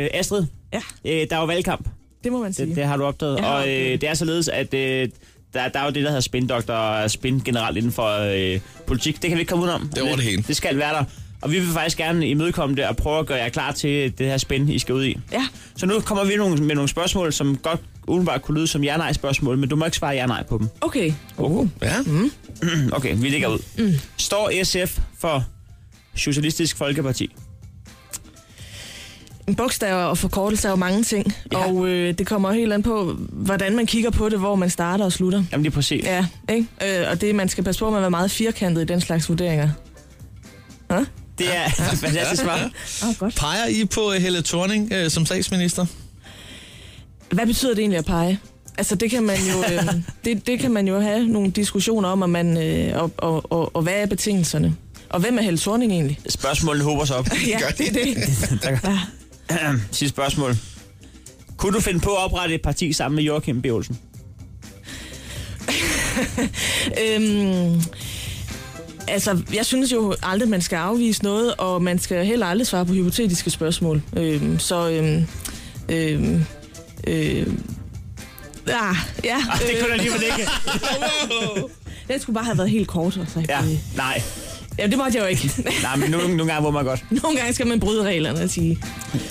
Øh, Astrid, ja. øh, der er jo valgkamp. Det må man sige. Det, det har du opdaget. Jeg har og øh, det er således, at øh, der, der er jo det, der hedder spindoktor og spin generelt inden for øh, politik. Det kan vi ikke komme udenom. Det er over det hele. Det skal være der. Og vi vil faktisk gerne imødekomme det og prøve at gøre jer klar til det her spænd, I skal ud i. Ja. Så nu kommer vi nogle, med nogle spørgsmål, som godt udenbart kunne lyde som ja-nej-spørgsmål, men du må ikke svare ja-nej på dem. Okay. Uh. Oh, ja. Mm. Okay, vi ligger ud. Mm. Står SF for Socialistisk Folkeparti? Bogstaver og forkortelser er jo mange ting, ja. og øh, det kommer jo helt an på, hvordan man kigger på det, hvor man starter og slutter. Jamen lige præcis. Ja, ikke? Øh, og det, man skal passe på med at være meget firkantet i den slags vurderinger. Det er et fantastisk svar. Oh, godt. Peger I på øh, Helle Thorning øh, som statsminister? Hvad betyder det egentlig at pege? Altså det kan man jo, øh, det, det kan man jo have nogle diskussioner om, og, man, øh, og, og, og, og hvad er betingelserne? Og hvem er Helle Thorning egentlig? Spørgsmålene håber sig op. Ja, det er det. Sidste spørgsmål. Kunne du finde på at oprette et parti sammen med Joachim B. Olsen? Øhm, altså, jeg synes jo aldrig, man skal afvise noget, og man skal heller aldrig svare på hypotetiske spørgsmål. Øhm, så, øhm, øhm, øhm, ah, ja, Ah, det kunne øh, jeg alligevel ikke. den skulle bare have været helt kort. Altså. Ja, nej. ja, det måtte jeg jo ikke. Nej, men nogle, nogle gange må man godt. Nogle gange skal man bryde reglerne og sige,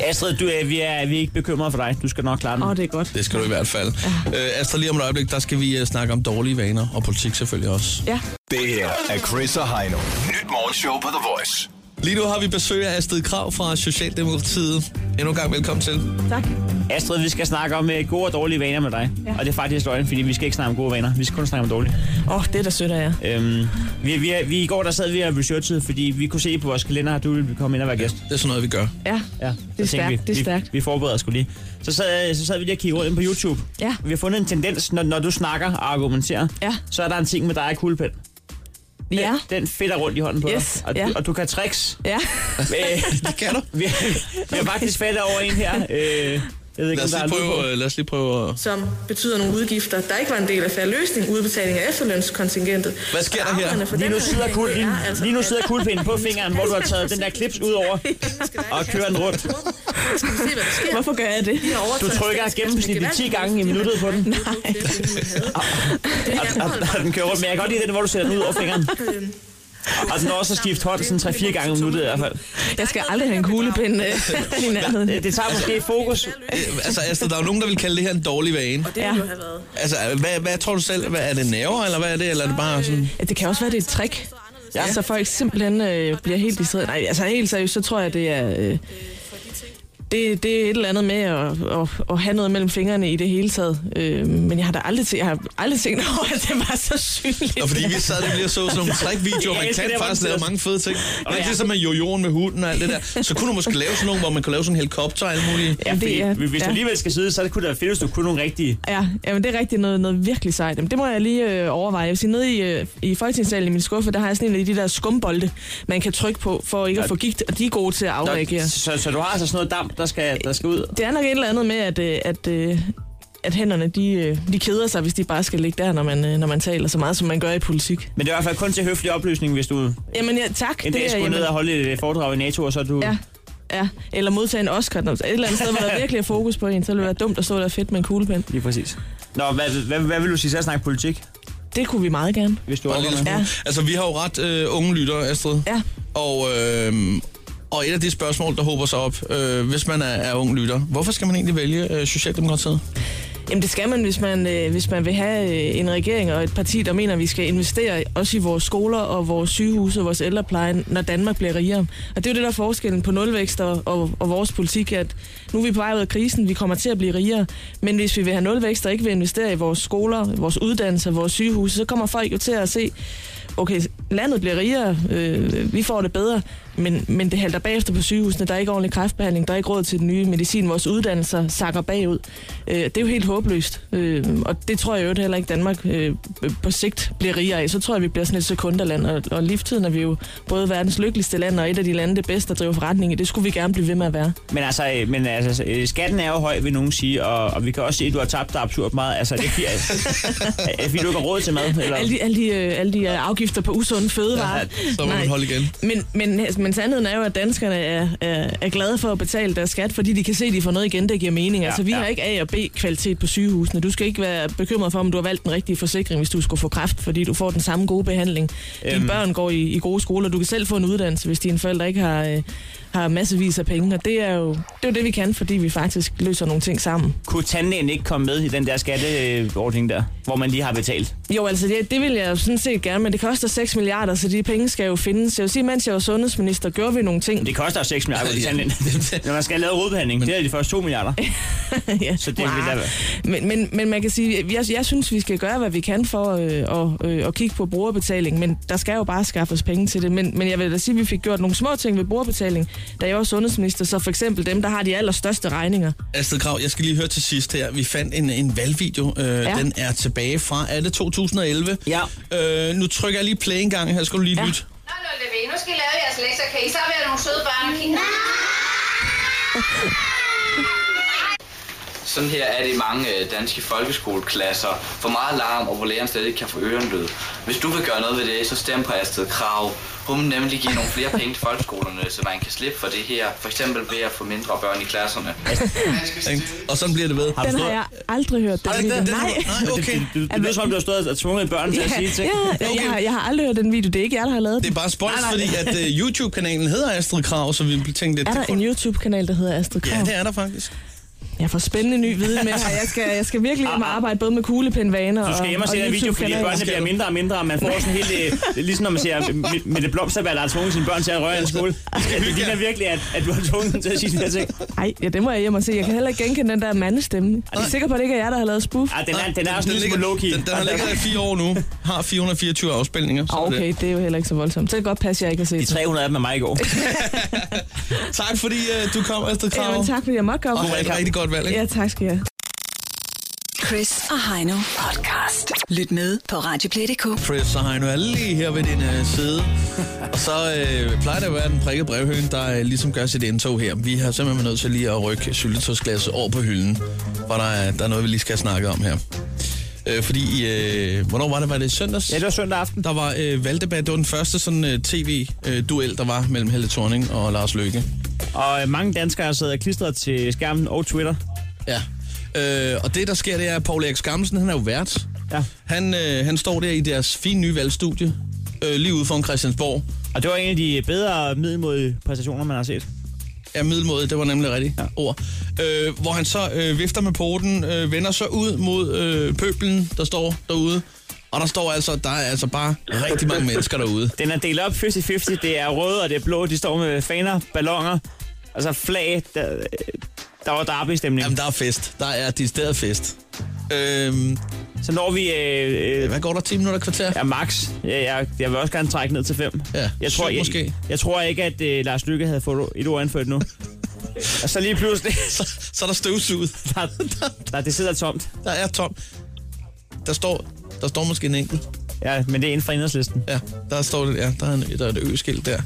Astrid, du, er, vi, er, vi er ikke bekymrede for dig. Du skal nok klare den. åh, oh, det er godt. Det skal du i hvert fald. Øh, Astrid, lige om et øjeblik, der skal vi øh, snakke om dårlige vaner, og politik selvfølgelig også. Ja. Det her er Chris og Heino. Nyt morgenshow på The Voice. Lige nu har vi besøg af Astrid Krav fra Socialdemokratiet. Endnu en gang velkommen til. Tak. Astrid, vi skal snakke om øh, gode og dårlige vaner med dig. Ja. Og det er faktisk løgn, fordi vi skal ikke snakke om gode vaner. Vi skal kun snakke om dårlige. Åh, oh, det er da sødt af jer. Øhm, vi, vi, vi, I går der sad vi og researchede, fordi vi kunne se på vores kalender, at du ville komme ind og være gæst. Det er sådan noget, vi gør. Ja, Ja, Det er så tænkte stærkt, det er stærkt. Vi, vi forbereder os sgu lige. Så sad, så sad vi lige og kiggede rundt inde på YouTube. Ja. Vi har fundet en tendens, når, når du snakker og argumenterer, Ja. så er der en ting med dig og kuglepen. Den, ja, den fedter rundt i hånden på Yes, dig. Og, ja. og du kan tricks. ja. Øh, Det kan du. vi, vi har faktisk faldet over en her. Øh, jeg ved ikke, Lad om os der er lige lyd på. prøve, øh, lad os lige prøve at... Som betyder nogle udgifter, der ikke var en del af færre løsning, udbetaling af efterlønskontingentet. Hvad sker der her? Rammerne for Lige den nu her sidder, regering, kul, det lige, er altså- lige nu sidder kuglepinden på fingeren, hvor du har taget den der klips ud over og kører den rundt. Hvorfor gør jeg det? Du trykker gennemsnitligt 10 gange i minuttet på den. Og, og, og den kører rundt, men jeg kan godt lide den, hvor du sætter den ud over fingeren. Øh, Og den når også at skifte hånd sådan 3-4 gange om minuttet i hvert fald. Jeg skal aldrig have en kuglepind øh, i nærheden. Det, det tager måske fokus. Øh, altså, Astrid, der er jo nogen, der vil kalde det her en dårlig vane. Ja. Altså, hvad, hvad tror du selv? Hvad, er det nerver, eller hvad er det? Eller er det bare sådan... Det kan også være, det er et trick. Ja. Så folk simpelthen øh, bliver helt distraheret. Nej, altså helt seriøst, så tror jeg, det er... Øh, det, det er et eller andet med at, at, at have noget mellem fingrene i det hele taget. Øh, men jeg har da aldrig, tæ- jeg har aldrig tænkt over, at det var så synligt. Nå, fordi vi sad lige og så sådan nogle trickvideoer. Jeg Man elsker kan det, hvor faktisk den lave sidder. mange fede ting. Og Ja. ikke ligesom med jojoen med huden og alt det der. Så kunne du måske lave sådan nogle, hvor man kunne lave sådan en helikopter og alt muligt. Ja, det er, Fordi Hvis du ja. alligevel skal sidde, så kunne det være fedt, hvis du kunne nogle rigtige. Ja, jamen det er rigtigt noget, noget virkelig sejt. Jamen, det må jeg lige øh, overveje. Jeg vil sige, nede i, øh, i folketingssalen i min skuffe, der har jeg sådan en af de der skumbolde, man kan trykke på, for ikke at få gigt, og de er gode til at afreagere. Så, så, så du har altså sådan noget damp, der skal, der skal ud. Det er nok et eller andet med, at, øh, at, øh, at hænderne, de, øh, de keder sig, hvis de bare skal ligge der, når man, øh, når man taler så meget, som man gør i politik. Men det er i hvert fald kun til høflig oplysning, hvis du Jamen ja, tak. en dag er- skulle ned jamen, og holde et foredrag i NATO, og så er du... ja, ja, eller modtage en Oscar. Når- Et eller andet sted, hvor der virkelig er fokus på en, så ville det være dumt at stå der fedt med en kuglepen. Lige præcis. Nå, hvad, hvad, hvad vil du sige så at snakke politik, Det kunne vi meget gerne. hvis du Bare en lille overgår med? smule. Ja. Altså, vi har jo ret øh, unge lyttere, Astrid. Ja. Og, øh, og et af de spørgsmål, der håber sig op, øh, hvis man er, er ung lytter, hvorfor skal man egentlig vælge øh, Socialdemokratiet? Jamen det skal man, hvis man, øh, hvis man vil have øh, en regering og et parti, der mener, at vi skal investere også i vores skoler og vores sygehuse og vores ældrepleje, når Danmark bliver rigere. Og det er jo det, der er forskellen på nulvækst og, og, og vores politik, at nu er vi på vej ud af krisen, vi kommer til at blive rigere. Men hvis vi vil have nulvækst og ikke vil investere i vores skoler, vores uddannelser, vores sygehuse, så kommer folk jo til at se, okay, landet bliver rigere, øh, vi får det bedre, Men, men det halter bagefter på sygehusene. Der er ikke ordentlig kræftbehandling. Der er ikke råd til den nye medicin. Vores uddannelser sakker bagud. Øh, det er jo helt håbløst. Øh, og det tror jeg jo heller ikke Danmark øh, på sigt bliver rigere af. Så tror jeg, vi bliver sådan et sekunderland. Og, og livstiden er vi jo både verdens lykkeligste land og et af de lande, det bedste at drive forretning i. Det skulle vi gerne blive ved med at være. Men altså, øh, men altså øh, skatten er jo høj, vil nogen sige, og, og vi kan også se, at du har tabt dig absurd meget. Altså, det er fordi, er det fordi du ikke har råd til mad. Eller? Alle de, alle de, øh, alle de øh, afgifter på usunde fødevarer. Ja, så må man holde igen. Men, men, men sandheden er jo, at danskerne er, er, er glade for at betale deres skat, fordi de kan se, at de får noget igen, der giver mening. Ja, altså, vi ja. har ikke A og B-kvalitet på sygehusene. Du skal ikke være bekymret for, om du har valgt den rigtige forsikring, hvis du skulle få kræft, fordi du får den samme gode behandling. Dine øhm. børn går i, i gode skoler. Du kan selv få en uddannelse, hvis dine forældre ikke har... Øh, har massevis af penge, og det er jo det, er jo det vi kan, fordi vi faktisk løser nogle ting sammen. Kunne tandlægen ikke komme med i den der skatteordning der, hvor man lige har betalt? Jo, altså det, det vil jeg jo sådan set gerne, men det koster 6 milliarder, så de penge skal jo findes. Jeg vil sige, mens jeg var sundhedsminister, gjorde vi nogle ting. Det koster 6 milliarder i tandlægen. Når man skal lave rodbehandling, det er de første 2 milliarder. ja. Så det wow. vil der men, men, men man kan sige, jeg, jeg synes, vi skal gøre, hvad vi kan for øh, at, øh, at kigge på brugerbetaling, men der skal jo bare skaffes penge til det. Men, men jeg vil da sige, at vi fik gjort nogle små ting ved brugerbetaling, da jeg var sundhedsminister, så for eksempel dem, der har de allerstørste regninger. Astrid Krav, jeg skal lige høre til sidst her. Vi fandt en, en valgvideo. Øh, ja. Den er tilbage fra, er det 2011? Ja. Øh, nu trykker jeg lige play en gang. Her skal du lige ja. lytte. Nå, Lotte nu skal I lave jeres lektier. Kan I så være nogle søde børn? Sådan her er det i mange øh, danske folkeskoleklasser. For meget larm, og hvor læreren slet ikke kan få ørenlyd. Hvis du vil gøre noget ved det, så stem på Astrid Krav. Hun vil nemlig give nogle flere penge til folkeskolerne, så man kan slippe for det her. For eksempel ved at få mindre børn i klasserne. og sådan bliver det ved. Har den har jeg aldrig hørt. Den, Ej, den, den, Nej. Nej, okay. Det, det, det, det, som om du har stået og tvunget børn til ja, at sige ting. Ja, ja, okay. jeg, har, jeg har aldrig hørt den video. Det er ikke jeg, der har lavet den. Det er bare spons, fordi at uh, YouTube-kanalen hedder Astrid Krav, så vi tænkte... At er der en YouTube-kanal, der hedder Astrid Krav? Ja, det er der faktisk. Jeg får spændende ny viden med her. Jeg skal, jeg skal virkelig hjem og arbejde både med kuglepindvaner og Ah. Du skal hjem og, og se en video, fordi børnene bliver mindre og mindre, og man får sådan helt... ligesom når man ser med det blomsterbær, der har tvunget sine børn til at røre en skole. Det ligner virkelig, at, at du har tvunget dem til at sige sådan her ting. Nej, ja, det må jeg hjem og se. Jeg kan heller ikke genkende den der mandestemme. Jeg er sikker på, at det ikke er jer, der har lavet spoof. Ej, Ah, den er, den er også lidt ligesom smule low-key. Den, den har ligget i fire år nu. Har 424 afspilninger. Ah, okay, det. det er jo heller ikke så voldsomt. Så det kan godt passe, at jeg ikke har set De 300 af dem er mig i går. tak fordi uh, du kom, Astrid Krav. Jamen, tak fordi jeg måtte komme. Og have et rigtig godt valg, ikke? Ja, tak skal jeg. Chris og Heino podcast. Lyt med på Radioplay.dk. Chris og Heino er lige her ved din øh, side. og så øh, plejer det at være den prikkede brevhøen, der øh, ligesom gør sit indtog her. Vi har simpelthen nødt til lige at rykke syltetøjsglasset over på hylden, for der er, der er noget, vi lige skal snakke om her. Øh, fordi, øh, hvornår var det? Var det søndags? Ja, det var søndag aften. Der var øh, valgdebat. Det var den første sådan øh, tv-duel, der var mellem Helle Thorning og Lars Løkke. Og øh, mange danskere sidder klistret til skærmen og Twitter. Ja. Øh, og det, der sker, det er, at Paul Erik Skammelsen, han er jo vært. Ja. Han, øh, han står der i deres fine nye valgstudie, øh, lige ude foran Christiansborg. Og det var en af de bedre middelmodige præstationer, man har set. Ja, middelmodig, det var nemlig rigtigt ja. ord. Øh, hvor han så øh, vifter med poten, øh, vender sig ud mod øh, pøblen, der står derude. Og der står altså, der er altså bare rigtig mange mennesker derude. Den er delt op 50-50, det er røde og det er blå, de står med faner, ballonger, altså flag, der, der var derby-stemning. Jamen, der er fest. Der er distilleret fest. Øhm, så når vi... Øh, øh, Hvad går der? 10 minutter kvarter? Ja, max. Jeg, jeg, jeg vil også gerne trække ned til 5. Ja, jeg tror, jeg, måske. Jeg, jeg tror ikke, at øh, Lars Lykke havde fået et ord anført nu. Og så lige pludselig... så, så er der støvsuget. Der, der, det sidder tomt. Der er tomt. Der står, der står måske en enkelt. Ja, men det er inden for enhedslisten. Ja, der står det, ja, der er, en, der er et ø-skilt der.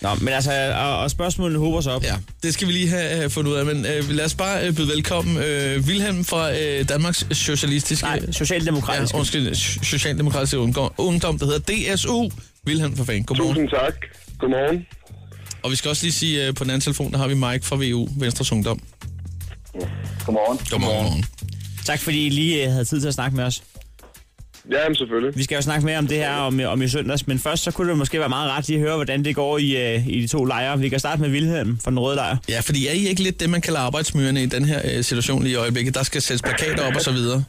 Nå, men altså, og, og spørgsmålene håber sig op. Ja, det skal vi lige have, have fundet ud af, men øh, lad os bare øh, byde velkommen øh, Wilhelm fra øh, Danmarks Socialistiske... Nej, Socialdemokratiske. Ja, undskyld, Socialdemokratiske ungdom, ungdom, der hedder DSU. Wilhelm for fanden, godmorgen. Tusind tak. Godmorgen. Og vi skal også lige sige, øh, på den anden telefon, der har vi Mike fra VU, Venstres Ungdom. Ja. Godmorgen. Godmorgen. Tak fordi I lige øh, havde tid til at snakke med os. Ja, jamen selvfølgelig. Vi skal jo snakke mere om det her om, øh, om i søndags, men først så kunne det måske være meget rart lige at høre, hvordan det går i, uh, i de to lejre. Vi kan starte med Vilhelm fra den røde lejr. Ja, fordi er I ikke lidt det, man kalder arbejdsmyrene i den her uh, situation lige i øjeblikket? Der skal sættes plakater op og så videre.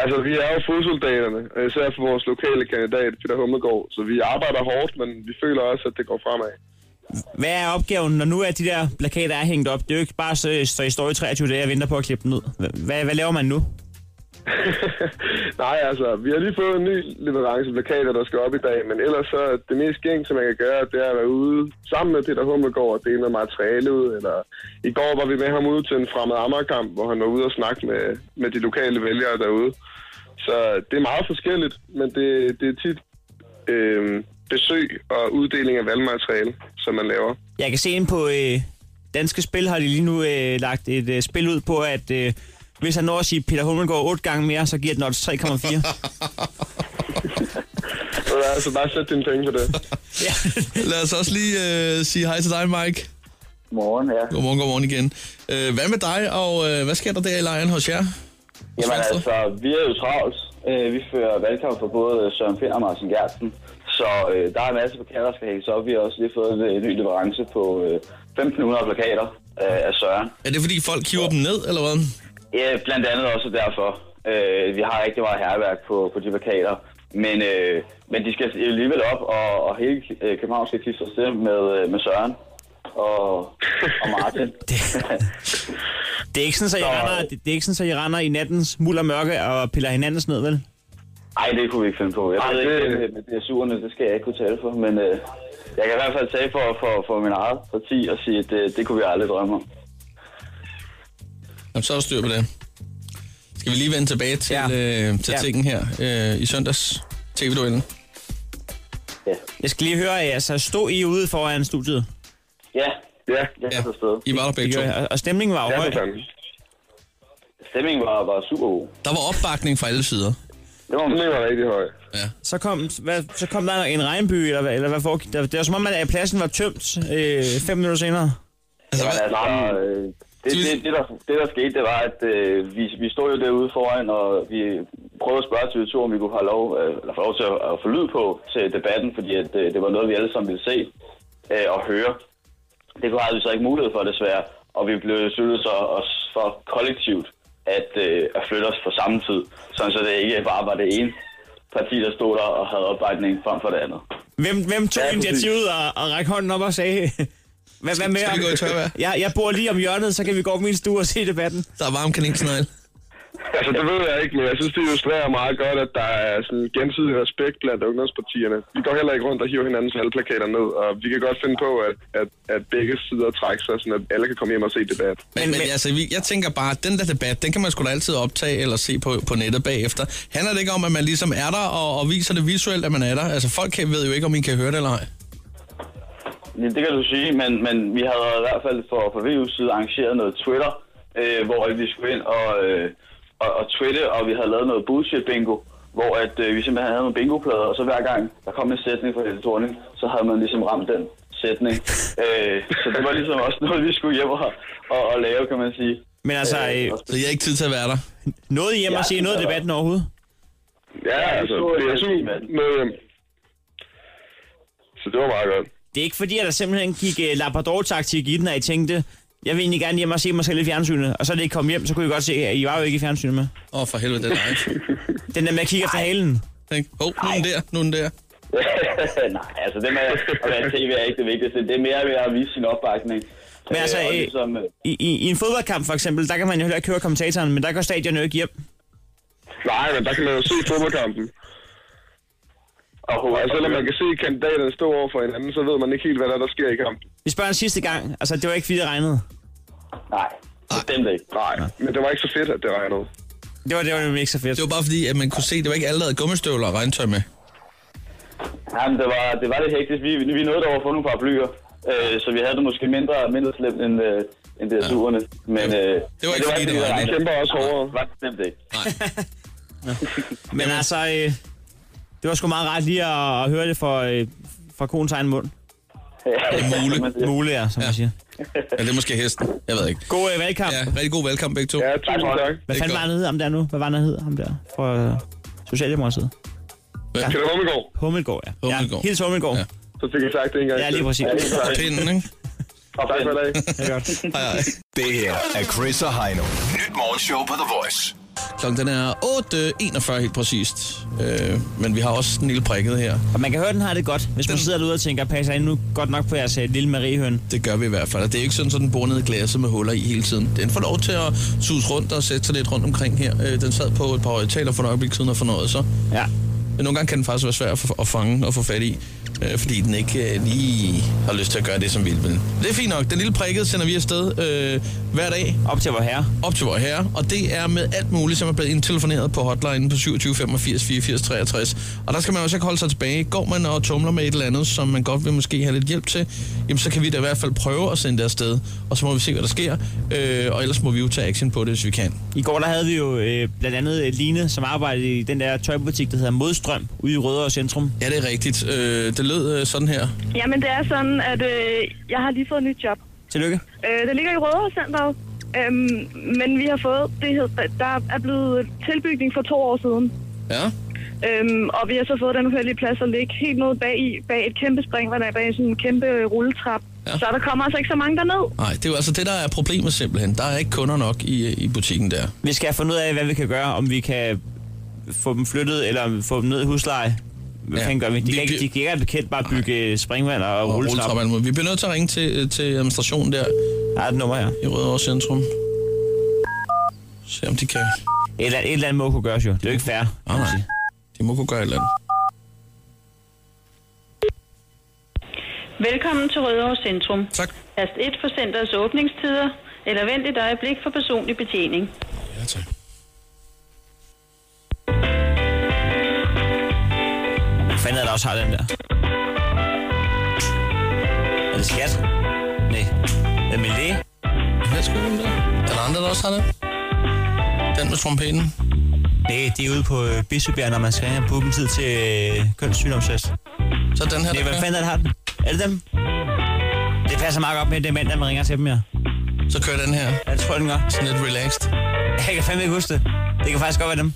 Altså, vi er jo fodsoldaterne, især for vores lokale kandidat, Peter Hummelgaard, så vi arbejder hårdt, men vi føler også, at det går fremad. Hvad er opgaven, når nu er de der plakater er hængt op? Det er jo ikke bare så, så I står i 23 dage og venter på at klippe dem ud. Hvad, hvad laver man nu? Nej, altså, vi har lige fået en ny leverance plakater, der skal op i dag, men ellers så er det mest gængse, man kan gøre, det er at være ude sammen med Peter Hummelgaard og dele noget materiale ud. Eller... I går var vi med ham ude til en fremmed Amagerkamp, hvor han var ude og snakke med, med de lokale vælgere derude. Så det er meget forskelligt, men det, det er tit øh, besøg og uddeling af valgmateriale, som man laver. Jeg kan se ind på øh, Danske Spil, har de lige nu øh, lagt et øh, spil ud på, at øh, hvis han når at sige Peter Hummelgaard 8 gange mere, så giver den odds 3,4. Så er altså bare sæt dine penge på det. Lad os også lige øh, sige hej til dig, Mike. Godmorgen, ja. Godmorgen, godmorgen igen. Øh, hvad med dig, og øh, hvad sker der der i lejren hos jer? Jamen altså, vi er jo travlt. Øh, vi fører valgkamp for både øh, Søren Pind og Martin Gertsen. Så øh, der er en masse plakater, der skal hænges op. Vi har også lige fået en, en ny leverance på øh, 1.500 plakater øh, af Søren. Er det fordi folk kiver dem ned, eller hvad? Ja, blandt andet også derfor. Øh, vi har rigtig meget herværk på, på de plakater. Men, øh, men de skal alligevel op, og, og hele øh, København skal kigge sig til med, øh, med Søren og, og Martin. Det er ikke sådan, så I render, det, det er ikke sådan, så I render i nattens muld og mørke og piller hinandens ned, vel? Nej, det kunne vi ikke finde på. Jeg Ej, ved det- ikke, det... med DSU'erne, det skal jeg ikke kunne tale for, men øh, jeg kan i hvert fald tale for, for, for min eget parti og sige, at øh, det, det kunne vi aldrig drømme om. Jamen, så er der styr på det. Skal vi lige vende tilbage til, ja. øh, til Ja. ja. tingen her øh, i søndags tv-duellen? Jeg skal lige høre, altså, stod I ude foran studiet? Ja, ja, jeg er afsted. I var der begge to. Og, og stemningen var jo høj. Stemningen var, var super god. Der var opbakning fra alle sider. Det var, det var rigtig høj. Ja. Så kom, hvad, så kom der en regnby, eller, hvad- eller hvad foregik der? Det var som om, at pladsen var tømt øh, fem minutter senere. Altså, Jamen, altså, øh, det, det, det, der, det, der skete, det var, at øh, vi, vi stod jo derude foran, og vi prøvede at spørge TV2, om vi kunne have lov, øh, eller få lov til at, at få lyd på til debatten, fordi at, øh, det var noget, vi alle sammen ville se øh, og høre. Det kunne- havde vi så ikke mulighed for, desværre, og vi blev besluttet så os for kollektivt at, øh, at flytte os på samme tid, sådan så det ikke bare var det ene parti, der stod der og havde opbakning frem for det andet. Hvem, hvem tog Ja, ja, præcis. initiativet og, og række hånden op og sagde, hvad, hvad med skal vi om- gå i tørvejr? jeg, jeg bor lige om hjørnet, så kan vi gå op i min stue og se debatten. Der er varm kaninsnegl. Altså, det ved jeg ikke, men jeg synes, det illustrerer meget godt, at der er sådan gensidig respekt blandt ungdomspartierne. Vi går heller ikke rundt og hiver hinandens valgplakater ned, og vi kan godt finde på, at, at, at begge sider trækker sig, sådan at alle kan komme hjem og se debat. Men, men, men altså, vi, jeg tænker bare, at den der debat, den kan man sgu da altid optage eller se på, på nettet bagefter. Handler det ikke om, at man ligesom er der og, og viser det visuelt, at man er der? Altså, folk kan, ved jo ikke, om I kan høre det eller ej. Ja, Det kan du sige, men, men vi havde i hvert fald for, for VU's side arrangeret noget Twitter, øh, hvor at vi skulle ind og, øh, og, og twitte, og vi havde lavet noget bullshit bingo, hvor at, øh, vi simpelthen havde nogle bingoplader, og så hver gang der kom en sætning fra Helle Thorning, så havde man ligesom ramt den sætning. øh, så det var ligesom også noget, vi skulle hjem og, og, og lave, kan man sige. Men altså, øh, Så jeg har ikke tid til at være der. nåede I hjem Ja, altså, og se noget af det var- debatten overhovedet? Ja, altså, BSU med hjem. Så det var meget godt. Det er ikke fordi, at der simpelthen gik øh, Labrador-taktik i den, og I tænkte, jeg vil egentlig gerne hjem og se mig selv i fjernsynet. Og så da I kom hjem, så kunne I godt se, at I var jo ikke i fjernsynet med. Åh, oh, for helvede, det er nice. Den der med at kigge efter halen. Åh, oh, nu er den der, nu er den der. Nej, altså det med at være i tv er ikke det vigtigste. Det er mere ved at vise sin opbakning. Men altså, og øh, ligesom, øh, I, i, I en fodboldkamp for eksempel, der kan man jo heller ikke høre kommentatoren, men der går stadion jo ikke hjem. Nej, men der kan man jo se fodboldkampen. Og selvom man kan se kandidaterne stå over for hinanden, så ved man ikke helt, hvad der, er, der sker i kampen. Vi spørger en sidste gang, altså det var ikke fordi, det regnede. Nej, bestemt ikke. Nej, men det var ikke så fedt, at det regnede. Det var, det var nemlig ikke så fedt. Det var bare fordi, at man kunne se, at det var ikke alle, der havde gummistøvler og regntøj med. Jamen, det var, det var lidt hektisk. Vi, vi nåede dog at få nogle paraplyer, øh, så vi havde det måske mindre, mindre slemt end, øh, end det ja. surene. Men, øh, det var ikke fordi, det var Jeg kæmper også hårdere. Var bestemt ikke. Men altså, øh, det var sgu meget rart lige at, at høre det fra, øh, fra konens egen mund. Ja, mule. Mule, ja, som ja. man siger. Ja, det er måske hesten. Jeg ved ikke. God øh, valgkamp. Ja, rigtig god valgkamp begge to. Ja, tusind tak. Hvad fanden var han hed ham der nu? Hvad var han der hed ham der fra øh, Socialdemokratiet? Peter Hummelgaard. Hummelgaard, ja. Hummelgaard. Ja, Hils Hummelgaard. Ja. Så fik jeg sagt det engang. Ja, lige præcis. Pinden, ikke? Tak for i dag. Det er godt. Det her er Chris og Heino. Nyt morgenshow på The Voice. Klokken den er 8.41 helt præcist. Øh, men vi har også en lille prikket her. Og man kan høre, den har det godt, hvis den... man sidder derude og tænker, passer I nu godt nok på jeres øh, lille mariehøn? Det gør vi i hvert fald. Og det er ikke sådan, at den bor nede i glasset med huller i hele tiden. Den får lov til at sus rundt og sætte sig lidt rundt omkring her. Øh, den sad på et par højtaler for et øjeblik siden og fornøjede sig. Ja. Men nogle gange kan den faktisk være svær at få- at fange og få fat i, øh, fordi den ikke øh, lige har lyst til at gøre det, som vi vil. Det er fint nok. Den lille prikket sender vi afsted øh, hver dag. Op til vor herre. Op til vor herre. Og det er med alt muligt, som er blevet indtelefoneret på hotline på 27 85 84 63. Og der skal man også ikke holde sig tilbage. Går man og tumler med et eller andet, som man godt vil måske have lidt hjælp til, jamen så kan vi da i hvert fald prøve at sende det afsted. Og så må vi se, hvad der sker. Øh, og ellers må vi jo tage action på det, hvis vi kan. I går der havde vi jo øh, blandt andet øh, Line, som arbejdede i den der tøjbutik, der hedder Modstrøm, ude i Rødovre Centrum. Ja, det er rigtigt. Øh, det lød øh, sådan her. Jamen, det er sådan, at øh, jeg har lige fået et nyt job. Tillykke. Øh, det ligger i Rødovre Center, øhm, men vi har fået, det hed, der er blevet tilbygning for to år siden. Ja. Øhm, og vi har så fået den uheldige plads at ligge helt nede bag, i, bag et kæmpe springvand, bag sådan en kæmpe øh, rulletrap. Ja. Så der kommer altså ikke så mange derned. Nej, det er jo altså det, der er problemet simpelthen. Der er ikke kunder nok i, øh, i butikken der. Vi skal have fundet ud af, hvad vi kan gøre, om vi kan få dem flyttet, eller få dem ned i husleje. Hvad ja. fanden gør vi? De kan, ikke, de kan ikke bekendt bare bygge Nej. springvand og, og rulletrap. rulletrap. Vi bliver nødt til at ringe til, til administrationen der. Der er et nummer her. I Rødovre Centrum. Se om de kan. Et eller, andet- et eller andet må kunne gøres jo. Det er jo ikke fair. Ah, nej. De må kunne gøre et eller andet. Velkommen til Rødovre Centrum. Tak. Tast 1 for centrets åbningstider, eller vent et øjeblik for personlig betjening. Ja, tak. Hvad fanden er der også har den der? Er det skat? Nej. Er det Millet? Hvad skal den der? Er der andre, der også har det? Den med trompeten? Nej, det er ude på øh, Bispebjerg, når man skal have en tid til øh, kønssygdomstest. Så den her, der Nej, hvad kører? fanden er det, har den? Er det dem? Det passer meget godt med, at det er mand, der man ringer til dem, ja. Så kører den her. Ja, det tror jeg, den gør. Sådan lidt relaxed. Jeg kan fandme ikke huske det. Det kan faktisk godt være dem.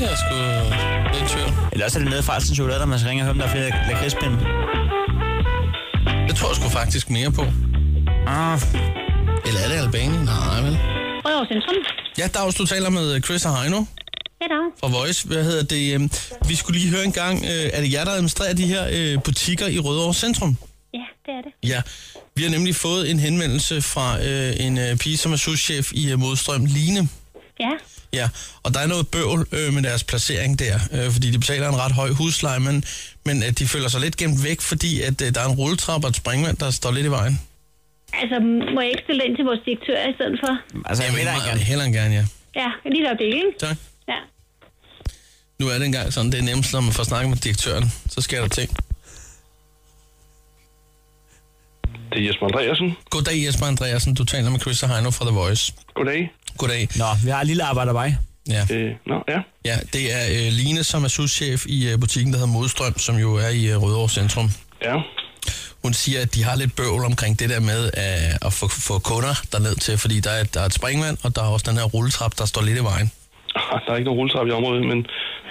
Ja, er sgu lidt tvivl. Eller også er det nede fra Alsen Chokolade, når man skal ringe og høre, om der er flere lakridspinde. Det tror jeg sgu faktisk mere på. Ah. Eller er det Albanien? Nej, vel? Rødovre Centrum. Ja, Dags, du taler med øh, Chris og Heino Ja, da. fra Voice. Hvad hedder det? Øhm, Vi skulle lige høre en gang, øh, er det jer, der administrerer de her øh, butikker i Rødovre Centrum? Ja, det er det. Ja, vi har nemlig fået en henvendelse fra øh, en øh, pige, som er souschef i øh, Modstrøm, Line. Ja. Ja, og der er noget bøvl øh, med deres placering der, øh, fordi de betaler en ret høj husleje, men, men at de føler sig lidt gemt væk, fordi at øh, der er en rulletrappe og et springvand, der står lidt i vejen. Altså, må jeg ikke stille ind til vores direktør i stedet for? Altså, Jamen, hellere gerne. Hellere end gerne, ja. Ja, lige der ikke? Tak. Ja. Nu er det engang sådan, det er nemmest, når man får snakket med direktøren, så sker der ting. Det er Jesper Andreasen. Goddag Jesper Andreasen, du taler med Chris og Heino fra The Voice. Goddag. Goddag. Nå, vi har et lille arbejdervej. Ja. Øh, nå, ja. Ja, det er øh, Line, som er souschef i øh, butikken, der hedder Modstrøm, som jo er i øh, Rødovre Centrum. Ja. Hun siger, at de har lidt bøvl omkring det der med øh, at få, få kunder derned til, fordi der er, der er et springvand, og der er også den her rulletrap, der står lidt i vejen. Ah, Der er ikke nogen rulletrap i området, men,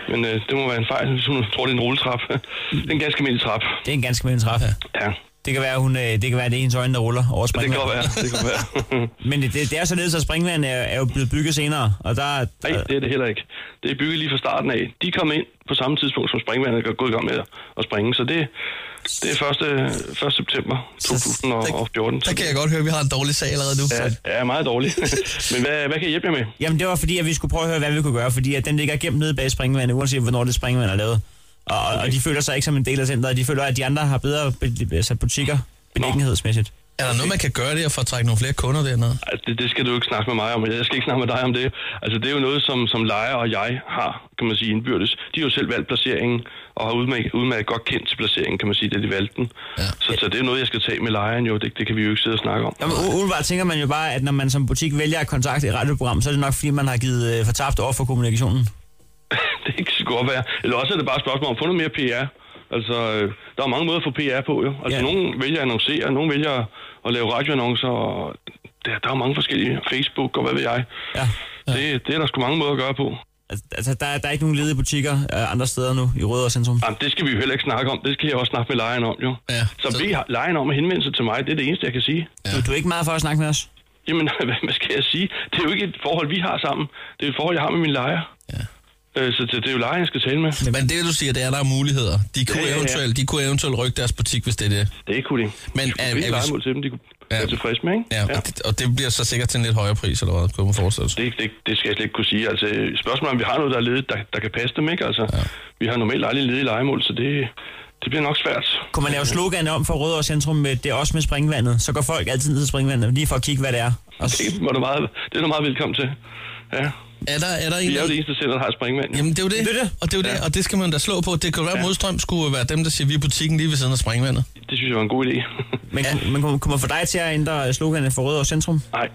men øh, det må være en fejl, hvis hun tror, det er en rulletrap. det er en ganske almindelig trap. Det er en ganske mindre træf. Ja. Det kan være, hun, øh, det kan være, at det er ens øjne, der ruller over Det kan springvandet. godt være. Det kan være. Men det, det er således, at springvand er, er jo blevet bygget senere, og der, Nej, det er det heller ikke. Det er bygget lige fra starten af. De kom ind på samme tidspunkt, som springvandet er gået i gang med at springe, så det, det er 1. 1. september 2014. Der kan jeg godt høre, at vi har en dårlig sag allerede nu. Ja, ja meget dårligt. men hvad, hvad kan I hjælpe jer med? Jamen, det var fordi, at vi skulle prøve at høre, hvad vi kunne gøre, fordi at den ligger gemt nede bag springvandet, uanset hvornår det springvand er lavet. Og, okay. og de føler sig ikke som en del af centret, de føler, at de andre har bedre be- altså butikker beliggenhedsmæssigt. Er der noget, man kan gøre der for at trække nogle flere kunder derned? Altså, det, det skal du ikke snakke med mig om, og jeg skal ikke snakke med dig om det. Altså, det er jo noget, som, som lejer og jeg har, kan man sige, indbyrdes. De har jo selv valgt placeringen, og har udmærket, udmærket godt kendt til placeringen, kan man sige, da de valgte den. Ja. Så, så det er noget, jeg skal tage med lejeren jo, det, det kan vi jo ikke sidde og snakke om. Jamen, u- umiddelbart tænker man jo bare, at når man som butik vælger at kontakte et radioprogram, så er det nok, fordi man har givet øh, fortabt over for kommunikationen. Det kan sgu godt være. Eller også er det bare et spørgsmål om at få noget mere PR. Altså, øh, der er mange måder at få PR på, jo. Altså, ja. nogen vælger at annoncere, nogen vælger at lave radioannoncer, og der, der er mange forskellige. Facebook og hvad ved jeg. Ja. Det, det er der sgu mange måder at gøre på. Altså, der, er- der er ikke nogen ledige butikker øh, andre steder nu i Rødovre Centrum. Jamen, det skal vi jo heller ikke snakke om. Det skal jeg også snakke med lejeren om, jo. Ja, så, så vi har lejeren om at henvende sig til mig. Det er det eneste, jeg kan sige. Ja. Du, du er ikke meget for at snakke med os? Jamen, hvad, hvad skal jeg sige? Det er jo ikke et forhold, vi har sammen. Det er et forhold, jeg har med min lejer. Ja. Øh, så det, det er jo lejer, jeg skal tale med. Men det, du siger, det er, at der er muligheder. De kunne, ja, ja, ja. Eventuelt, de kunne eventuelt rykke deres butik, hvis det er det. Det kunne de. Men øh, er, er, finde hvis- lejemål til dem, de kunne være tilfredse med, ikke? Ja, ja. Og, det, og det bliver så sikkert til en lidt højere pris, eller hvad? Kunne man forestille sig. Det, det, det skal jeg slet ikke kunne sige. Altså, spørgsmålet er, om vi har noget, der er ledigt, der, der kan passe dem, ikke? Altså, ja. vi har normalt aldrig ledige legemål, så det, det bliver nok svært. Kunne man lave slogan om for Rødovre Centrum med, det er også med springvandet? Så går folk altid ned til springvandet, lige for at kigge, hvad det er. Og s- Det, må du meget, det er du meget velkommen til. Ja. Er der, er der vi er jo det eneste center, der har et springvand. Jamen, det er jo det, det, det. Og, det er jo det, og det skal man da slå på. Det kan være, at Ja. modstrøm skulle være dem, der siger, vi er butikken lige ved siden af springvandet. Det synes jeg var en god idé. Men, ja. men kunne, kunne man få dig til at øh, ændre sloganet for Rødovre Centrum? Nej,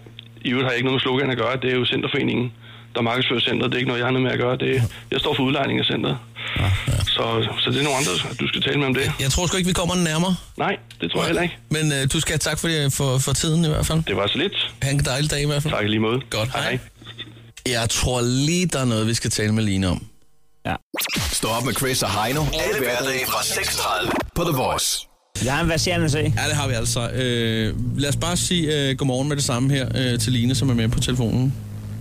i øvrigt har jeg ikke noget med slogan at gøre. Det er jo Centerforeningen, der markedsfører centret. Det er ikke noget, jeg har noget med at gøre. Det er, jeg står for udlejning af centret. Ah, Så, så det er nogle andre, du skal tale med om det. Jeg tror sgu ikke, vi kommer den nærmere. Nej, det tror jeg heller ikke. Men øh, du skal have tak for, det- for, for tiden i hvert fald. Det var så lidt. Ha' en dejlig dag i hvert fald. Tak i lige måde. Godt, hej. hej. Jeg tror lige, der er noget, vi skal tale med Line om. Ja. Stå op med Chris og Heino. Alle hverdage fra 6.30 på The Voice. Jeg har en verserende sag. Ja, det har vi altså. Øh, lad os bare sige øh, godmorgen med det samme her øh, til Line, som er med på telefonen.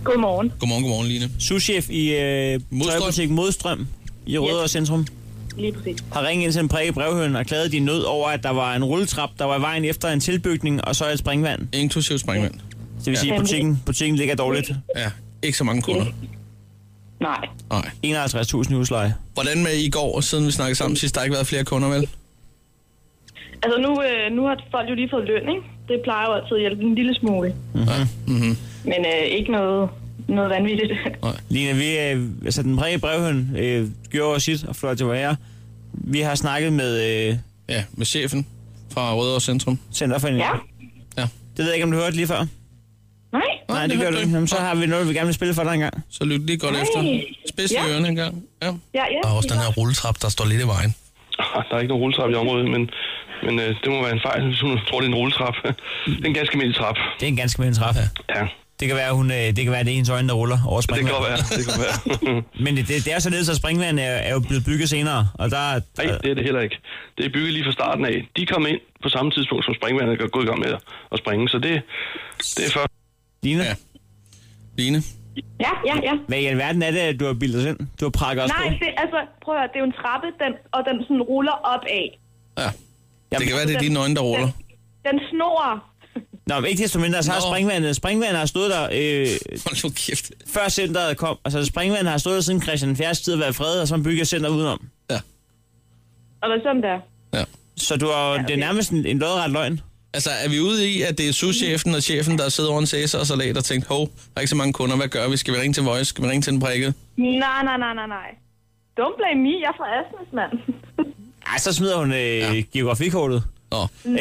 Godmorgen. Godmorgen, godmorgen, Line. Souschef i øh, tøjbutik Modstrøm i Rødovre Centrum Lige præcis. har ringet ind til en prikke i brevhøen og klaget din nød over, at der var en rulletrap, der var i vejen efter en tilbygning, og så et springvand. Inklusiv springvand. Det vil sige, at Ja. butikken, butikken ligger dårligt. Ja, ikke så mange kunder. Nej. Nej. 51.000 i husleje. Hvordan med i går, siden vi snakkede sammen sidst, der har ikke været flere kunder, vel? Altså nu, øh, nu har folk jo lige fået løn, ikke? Det plejer jo altid at hjælpe en lille smule. Mhm. Mm-hmm. Mm-hmm. Men øh, ikke noget, noget vanvittigt. Lina, vi, øh, altså den brede brevhøn øh, gjorde jo sit og flot til være. Vi har snakket med... Øh, ja, med chefen fra Rødovre Centrum. Center for ja. ja. Det ved jeg ikke, om du hørte lige før. Nej. Nej, det gør du ikke. Jamen, så har vi noget, vi gerne vil spille for dig engang. Så lyt lige godt Nej. efter. Spids ja. Ja. ørerne engang. Ja. Ja, ja. Der er også den her rulletrap, der står lidt i vejen. Ah, Der er ikke nogen rulletrap i området, men, men øh, det må være en fejl, hvis hun tror, det er en rulletrap. det Mm. er en ganske almindelig trap. Det er en ganske mindre træf. Ja. Det kan være, hun, øh, det kan være, det er ens øjne, der ruller over Det kan springvandet. godt være. Det kan godt være. Men det, det, det er således, at springvandet er, er jo blevet bygget senere, og der, Nej, det er det heller ikke. Det er bygget lige fra starten af. De kom ind på samme tidspunkt, som springvandet er gået i gang med at springe, så det, det er før. Line? Ja. Line? Ja, ja, ja. Hvad i alverden er det, at du har bildet os ind? Du har prakket os Nej, på? det, altså, prøv at høre, det er jo en trappe, den, og den sådan ruller op af. Ja. det kan være, det er dine øjne, der ruller. Den snor. Nå, men ikke desto mindre, så har Nå. springvandet, springvandet har stået der... Øh, Hold nu kæft. Før centeret kom. Altså, springvandet har stået der siden Christian Fjers tid at være fred, og så bygger center udenom. Og hvad sådan der? Så du har, det er nærmest en, en lodret løgn. Altså, er vi ude i, at det er souschefen og chefen, der sidder over en cæsar og salat og tænkt, hov, der er ikke så mange kunder, hvad gør vi? Skal vi ringe til Voice? Skal vi ringe til den prikket? Nej, nej, nej, nej, nej. Don't blame me, jeg er fra Asnes, mand. Ej, så smider hun øh, ja. geografikortet. Nå. Nej.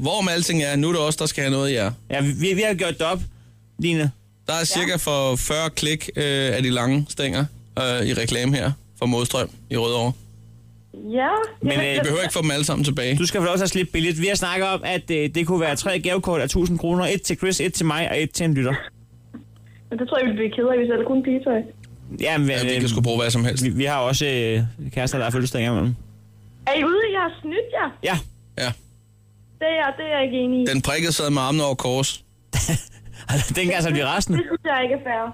Hvor om alting er, nu er det os, der skal have noget af jer. Ja, vi, vi har gjort det op, Line. Der er cirka for 40 klik øh, af de lange stænger øh, i reklame her for Modstrøm i Rødovre. Ja. Men Jamen, øh, I behøver ikke få dem alle sammen tilbage. Du skal få lov til at slippe billigt. Vi har snakket om, at øh, det kunne være tre gavekort af 1000 kroner. Et til Chris, et til mig og et til en lytter. Men det tror jeg, vi bliver ked af, hvis det er kun pigetøj. Ja, men, ja, vi kan sgu bruge hvad som helst. øh, Vi, vi har også øh, kærester, der har fødselsdag imellem. Er I ude? Jeg har snydt jer. Ja. Ja. Det er, jeg- det er jeg ikke enig i. Den prikkede sad med armene over kors. Dengang altså, så bliver resten. Det synes jeg ikke er fair.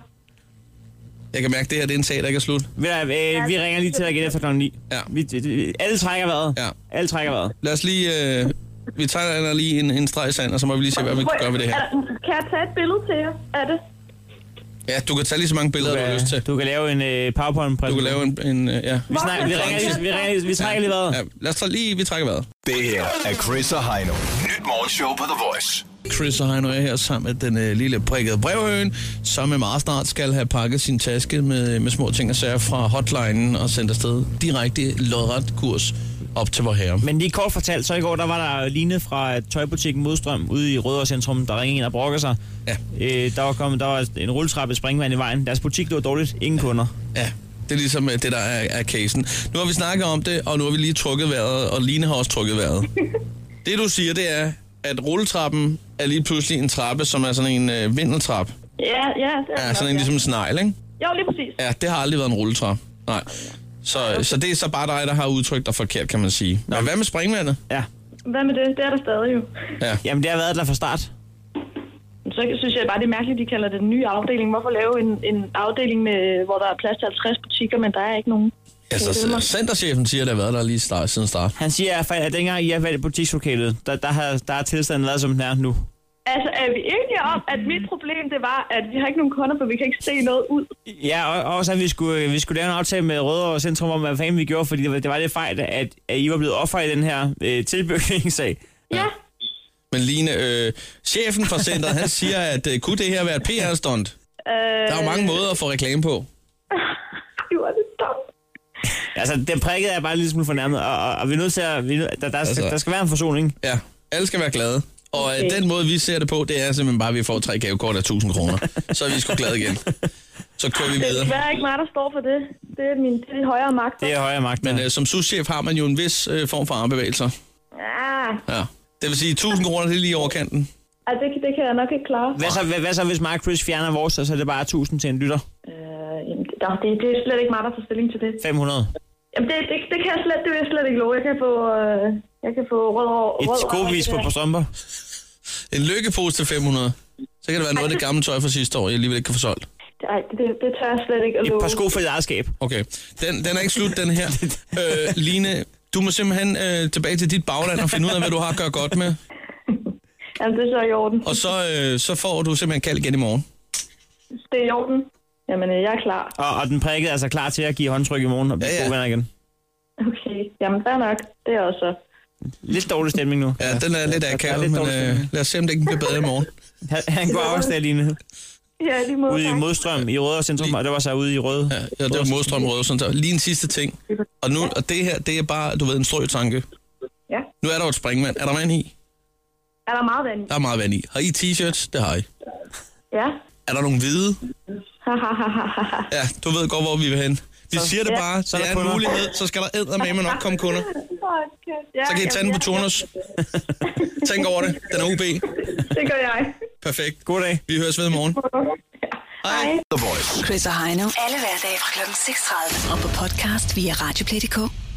Jeg kan mærke, at det her det er en sag, der ikke er slut. Ved du hvad, øh, vi ringer lige til dig igen efter klokken 9. Ja. Vi, d- d- alle trækker vejret. Ja. Alle trækker vejret. Lad os lige... Øh, vi tegner lige en, en streg i sand, og så må vi lige se, hvad vi gør ved det her. Er- Kan jeg tage et billede til jer? Er det? Ja, du kan tage lige så mange billeder, du, har lyst til. Du kan lave en øh, powerpoint-præsentation. Du kan lave en... en øh, ja. Vi, snakker, vi, ringer, lige- vi, ringer, lige- vi trækker lige vejret. Ja, lad os tage lige... Vi trækker vejret. Det her er Chris og Heino. Nyt morgenshow på The Voice. Chris og Heino er her sammen med den øh, lille prikkede brevøen, som øh, meget snart skal have pakket sin taske med, med små ting og sager fra hotlinen og sendt afsted direkte lodret kurs op til vor herre. Men lige kort fortalt, så i går, der var der Line fra tøjbutikken Modstrøm ude i Rødovre Centrum, der ringede ind og brokkede sig. Ja. Øh, der, var kommet, der var en rulletrappe springvand i vejen. Deres butik lå dårligt. Ingen kunder. Ja, det er ligesom øh, det, der er, er casen. Nu har vi snakket om det, og nu har vi lige trukket vejret, og Line har også trukket vejret. det, du siger, det er, at rulletrappen er lige pludselig en trappe, som er sådan en øh, vindeltrap. Ja, ja. Det er Ja, det sådan nok, en ligesom en snegl, ikke? Jo, lige præcis. Ja, det har aldrig været en rulletrappe. Nej. Så, så det er så bare dig, der har udtrykt dig forkert, kan man sige. Men hvad med springvandet? Ja. Hvad med det? Det er der stadig jo. ja. Jamen, det har været der fra start. Men Så så synes jeg bare, det er mærkeligt, at de kalder det den nye afdeling. Hvorfor lave en, en afdeling, med, hvor der er plads til 50 butikker, men der er ikke nogen? Altså, centerchefen siger, at det har været der lige start, siden start. Han siger, at at dengang I har valgt butikslokalet, der, der, har, der har tilstanden været, som den er nu. Altså, er vi enige om, at mit problem, det var, at vi har ikke nogen kunder, for vi kan ikke se noget ud? Ja, og, og så vi skulle, vi skulle lave en aftale med Rødovre Centrum om, hvad fanden vi gjorde, fordi det var, det var lidt fejl, at, at I var blevet offer i den her øh, tilbygningssag. Ja. Men Line, øh, chefen fra centret, han siger, at øh, kunne det her være et PR-stunt? Øh, Der er jo mange måder at få reklame på. Du er lidt dum. Altså, den prikket er bare lidt smule fornærmet, og, og, og vi er nødt til at... Vi, er nødt- der, der, altså, skal, der skal være en forsoning. Ja, alle skal være glade. Og okay. Okay. den måde, vi ser det på, det er simpelthen bare, at vi får tre gavekort af 1000 kroner. Så er vi sgu glade igen. Så kører vi Det er videre. desværre ikke mig, der står for det. Det er min det er de højere magt. Det er højere magt. Men øh, som souschef har man jo en vis øh, form for armbevægelser. Ah, Ja. Det vil sige, 1000 kroner, det er lige over kanten. ah, det, kan- det kan jeg nok ikke klare. Hvad så, hvad, hvad så hvis Mark Chris fjerner vores, og så er det bare 1000 til en lytter? Øh, jamen, det, der- det, det er slet ikke mig, der tager stilling til det. 500. Jamen, det, det, det kan jeg slet, det vil jeg slet ikke love. Jeg kan få, øh, jeg kan få rød hår. Et rød skovis på på strømper. En lykkepose til 500. Så kan det være noget af det gamle tøj fra sidste år, jeg alligevel ikke kan få solgt. Nej, det, det, det tør jeg slet ikke at love. for dit eget skab. Okay, den, den er ikke slut, den her. øh, Line, du må simpelthen øh, tilbage til dit bagland og finde ud af, hvad du har at gøre godt med. Jamen, det er så i orden. Og så, øh, så får du simpelthen kald igen i morgen. Det er i orden. Jamen, øh, jeg er klar. Og, og den prikket er altså klar til at give håndtryk i morgen og blive ja, ja. venner igen. Okay, jamen, fair nok. Det er også så. Lidt dårlig stemning nu. Ja, den er lidt akavet, men øh, lad os se, om det ikke bliver bedre i morgen. Han går afsted, Line. Ja, lige måde. Ude i Modstrøm i Rødovre Centrum, og det var så ude i Røde. Ja, ja det var Modstrøm Røde Centrum. Lige en sidste ting. Og, nu, og det her, det er bare, du ved, en strø tanke. Ja. Nu er der jo et springvand. Er der vand i? Er der meget vand? i? Der er meget vand i. Har I t-shirts? Det har I. Ja. Er der nogle hvide? Ha, ha, ha, ha, ha, ha. Ja, du ved godt, hvor vi vil hen. Vi Så- siger det ja. bare. Så Så er det der er en kunder. mulighed. Så skal der eddermame nok komme kunder. Okay. Ja, Så kan I tage den jamen, på turnus. Tænk over det. Den er UB. ja, Det gør jeg. Perfekt. God dag. Vi høres ved i morgen. Hej. Chris og Heino. Alle hverdage fra kl. 6.30. Og på podcast via Radioplay.dk.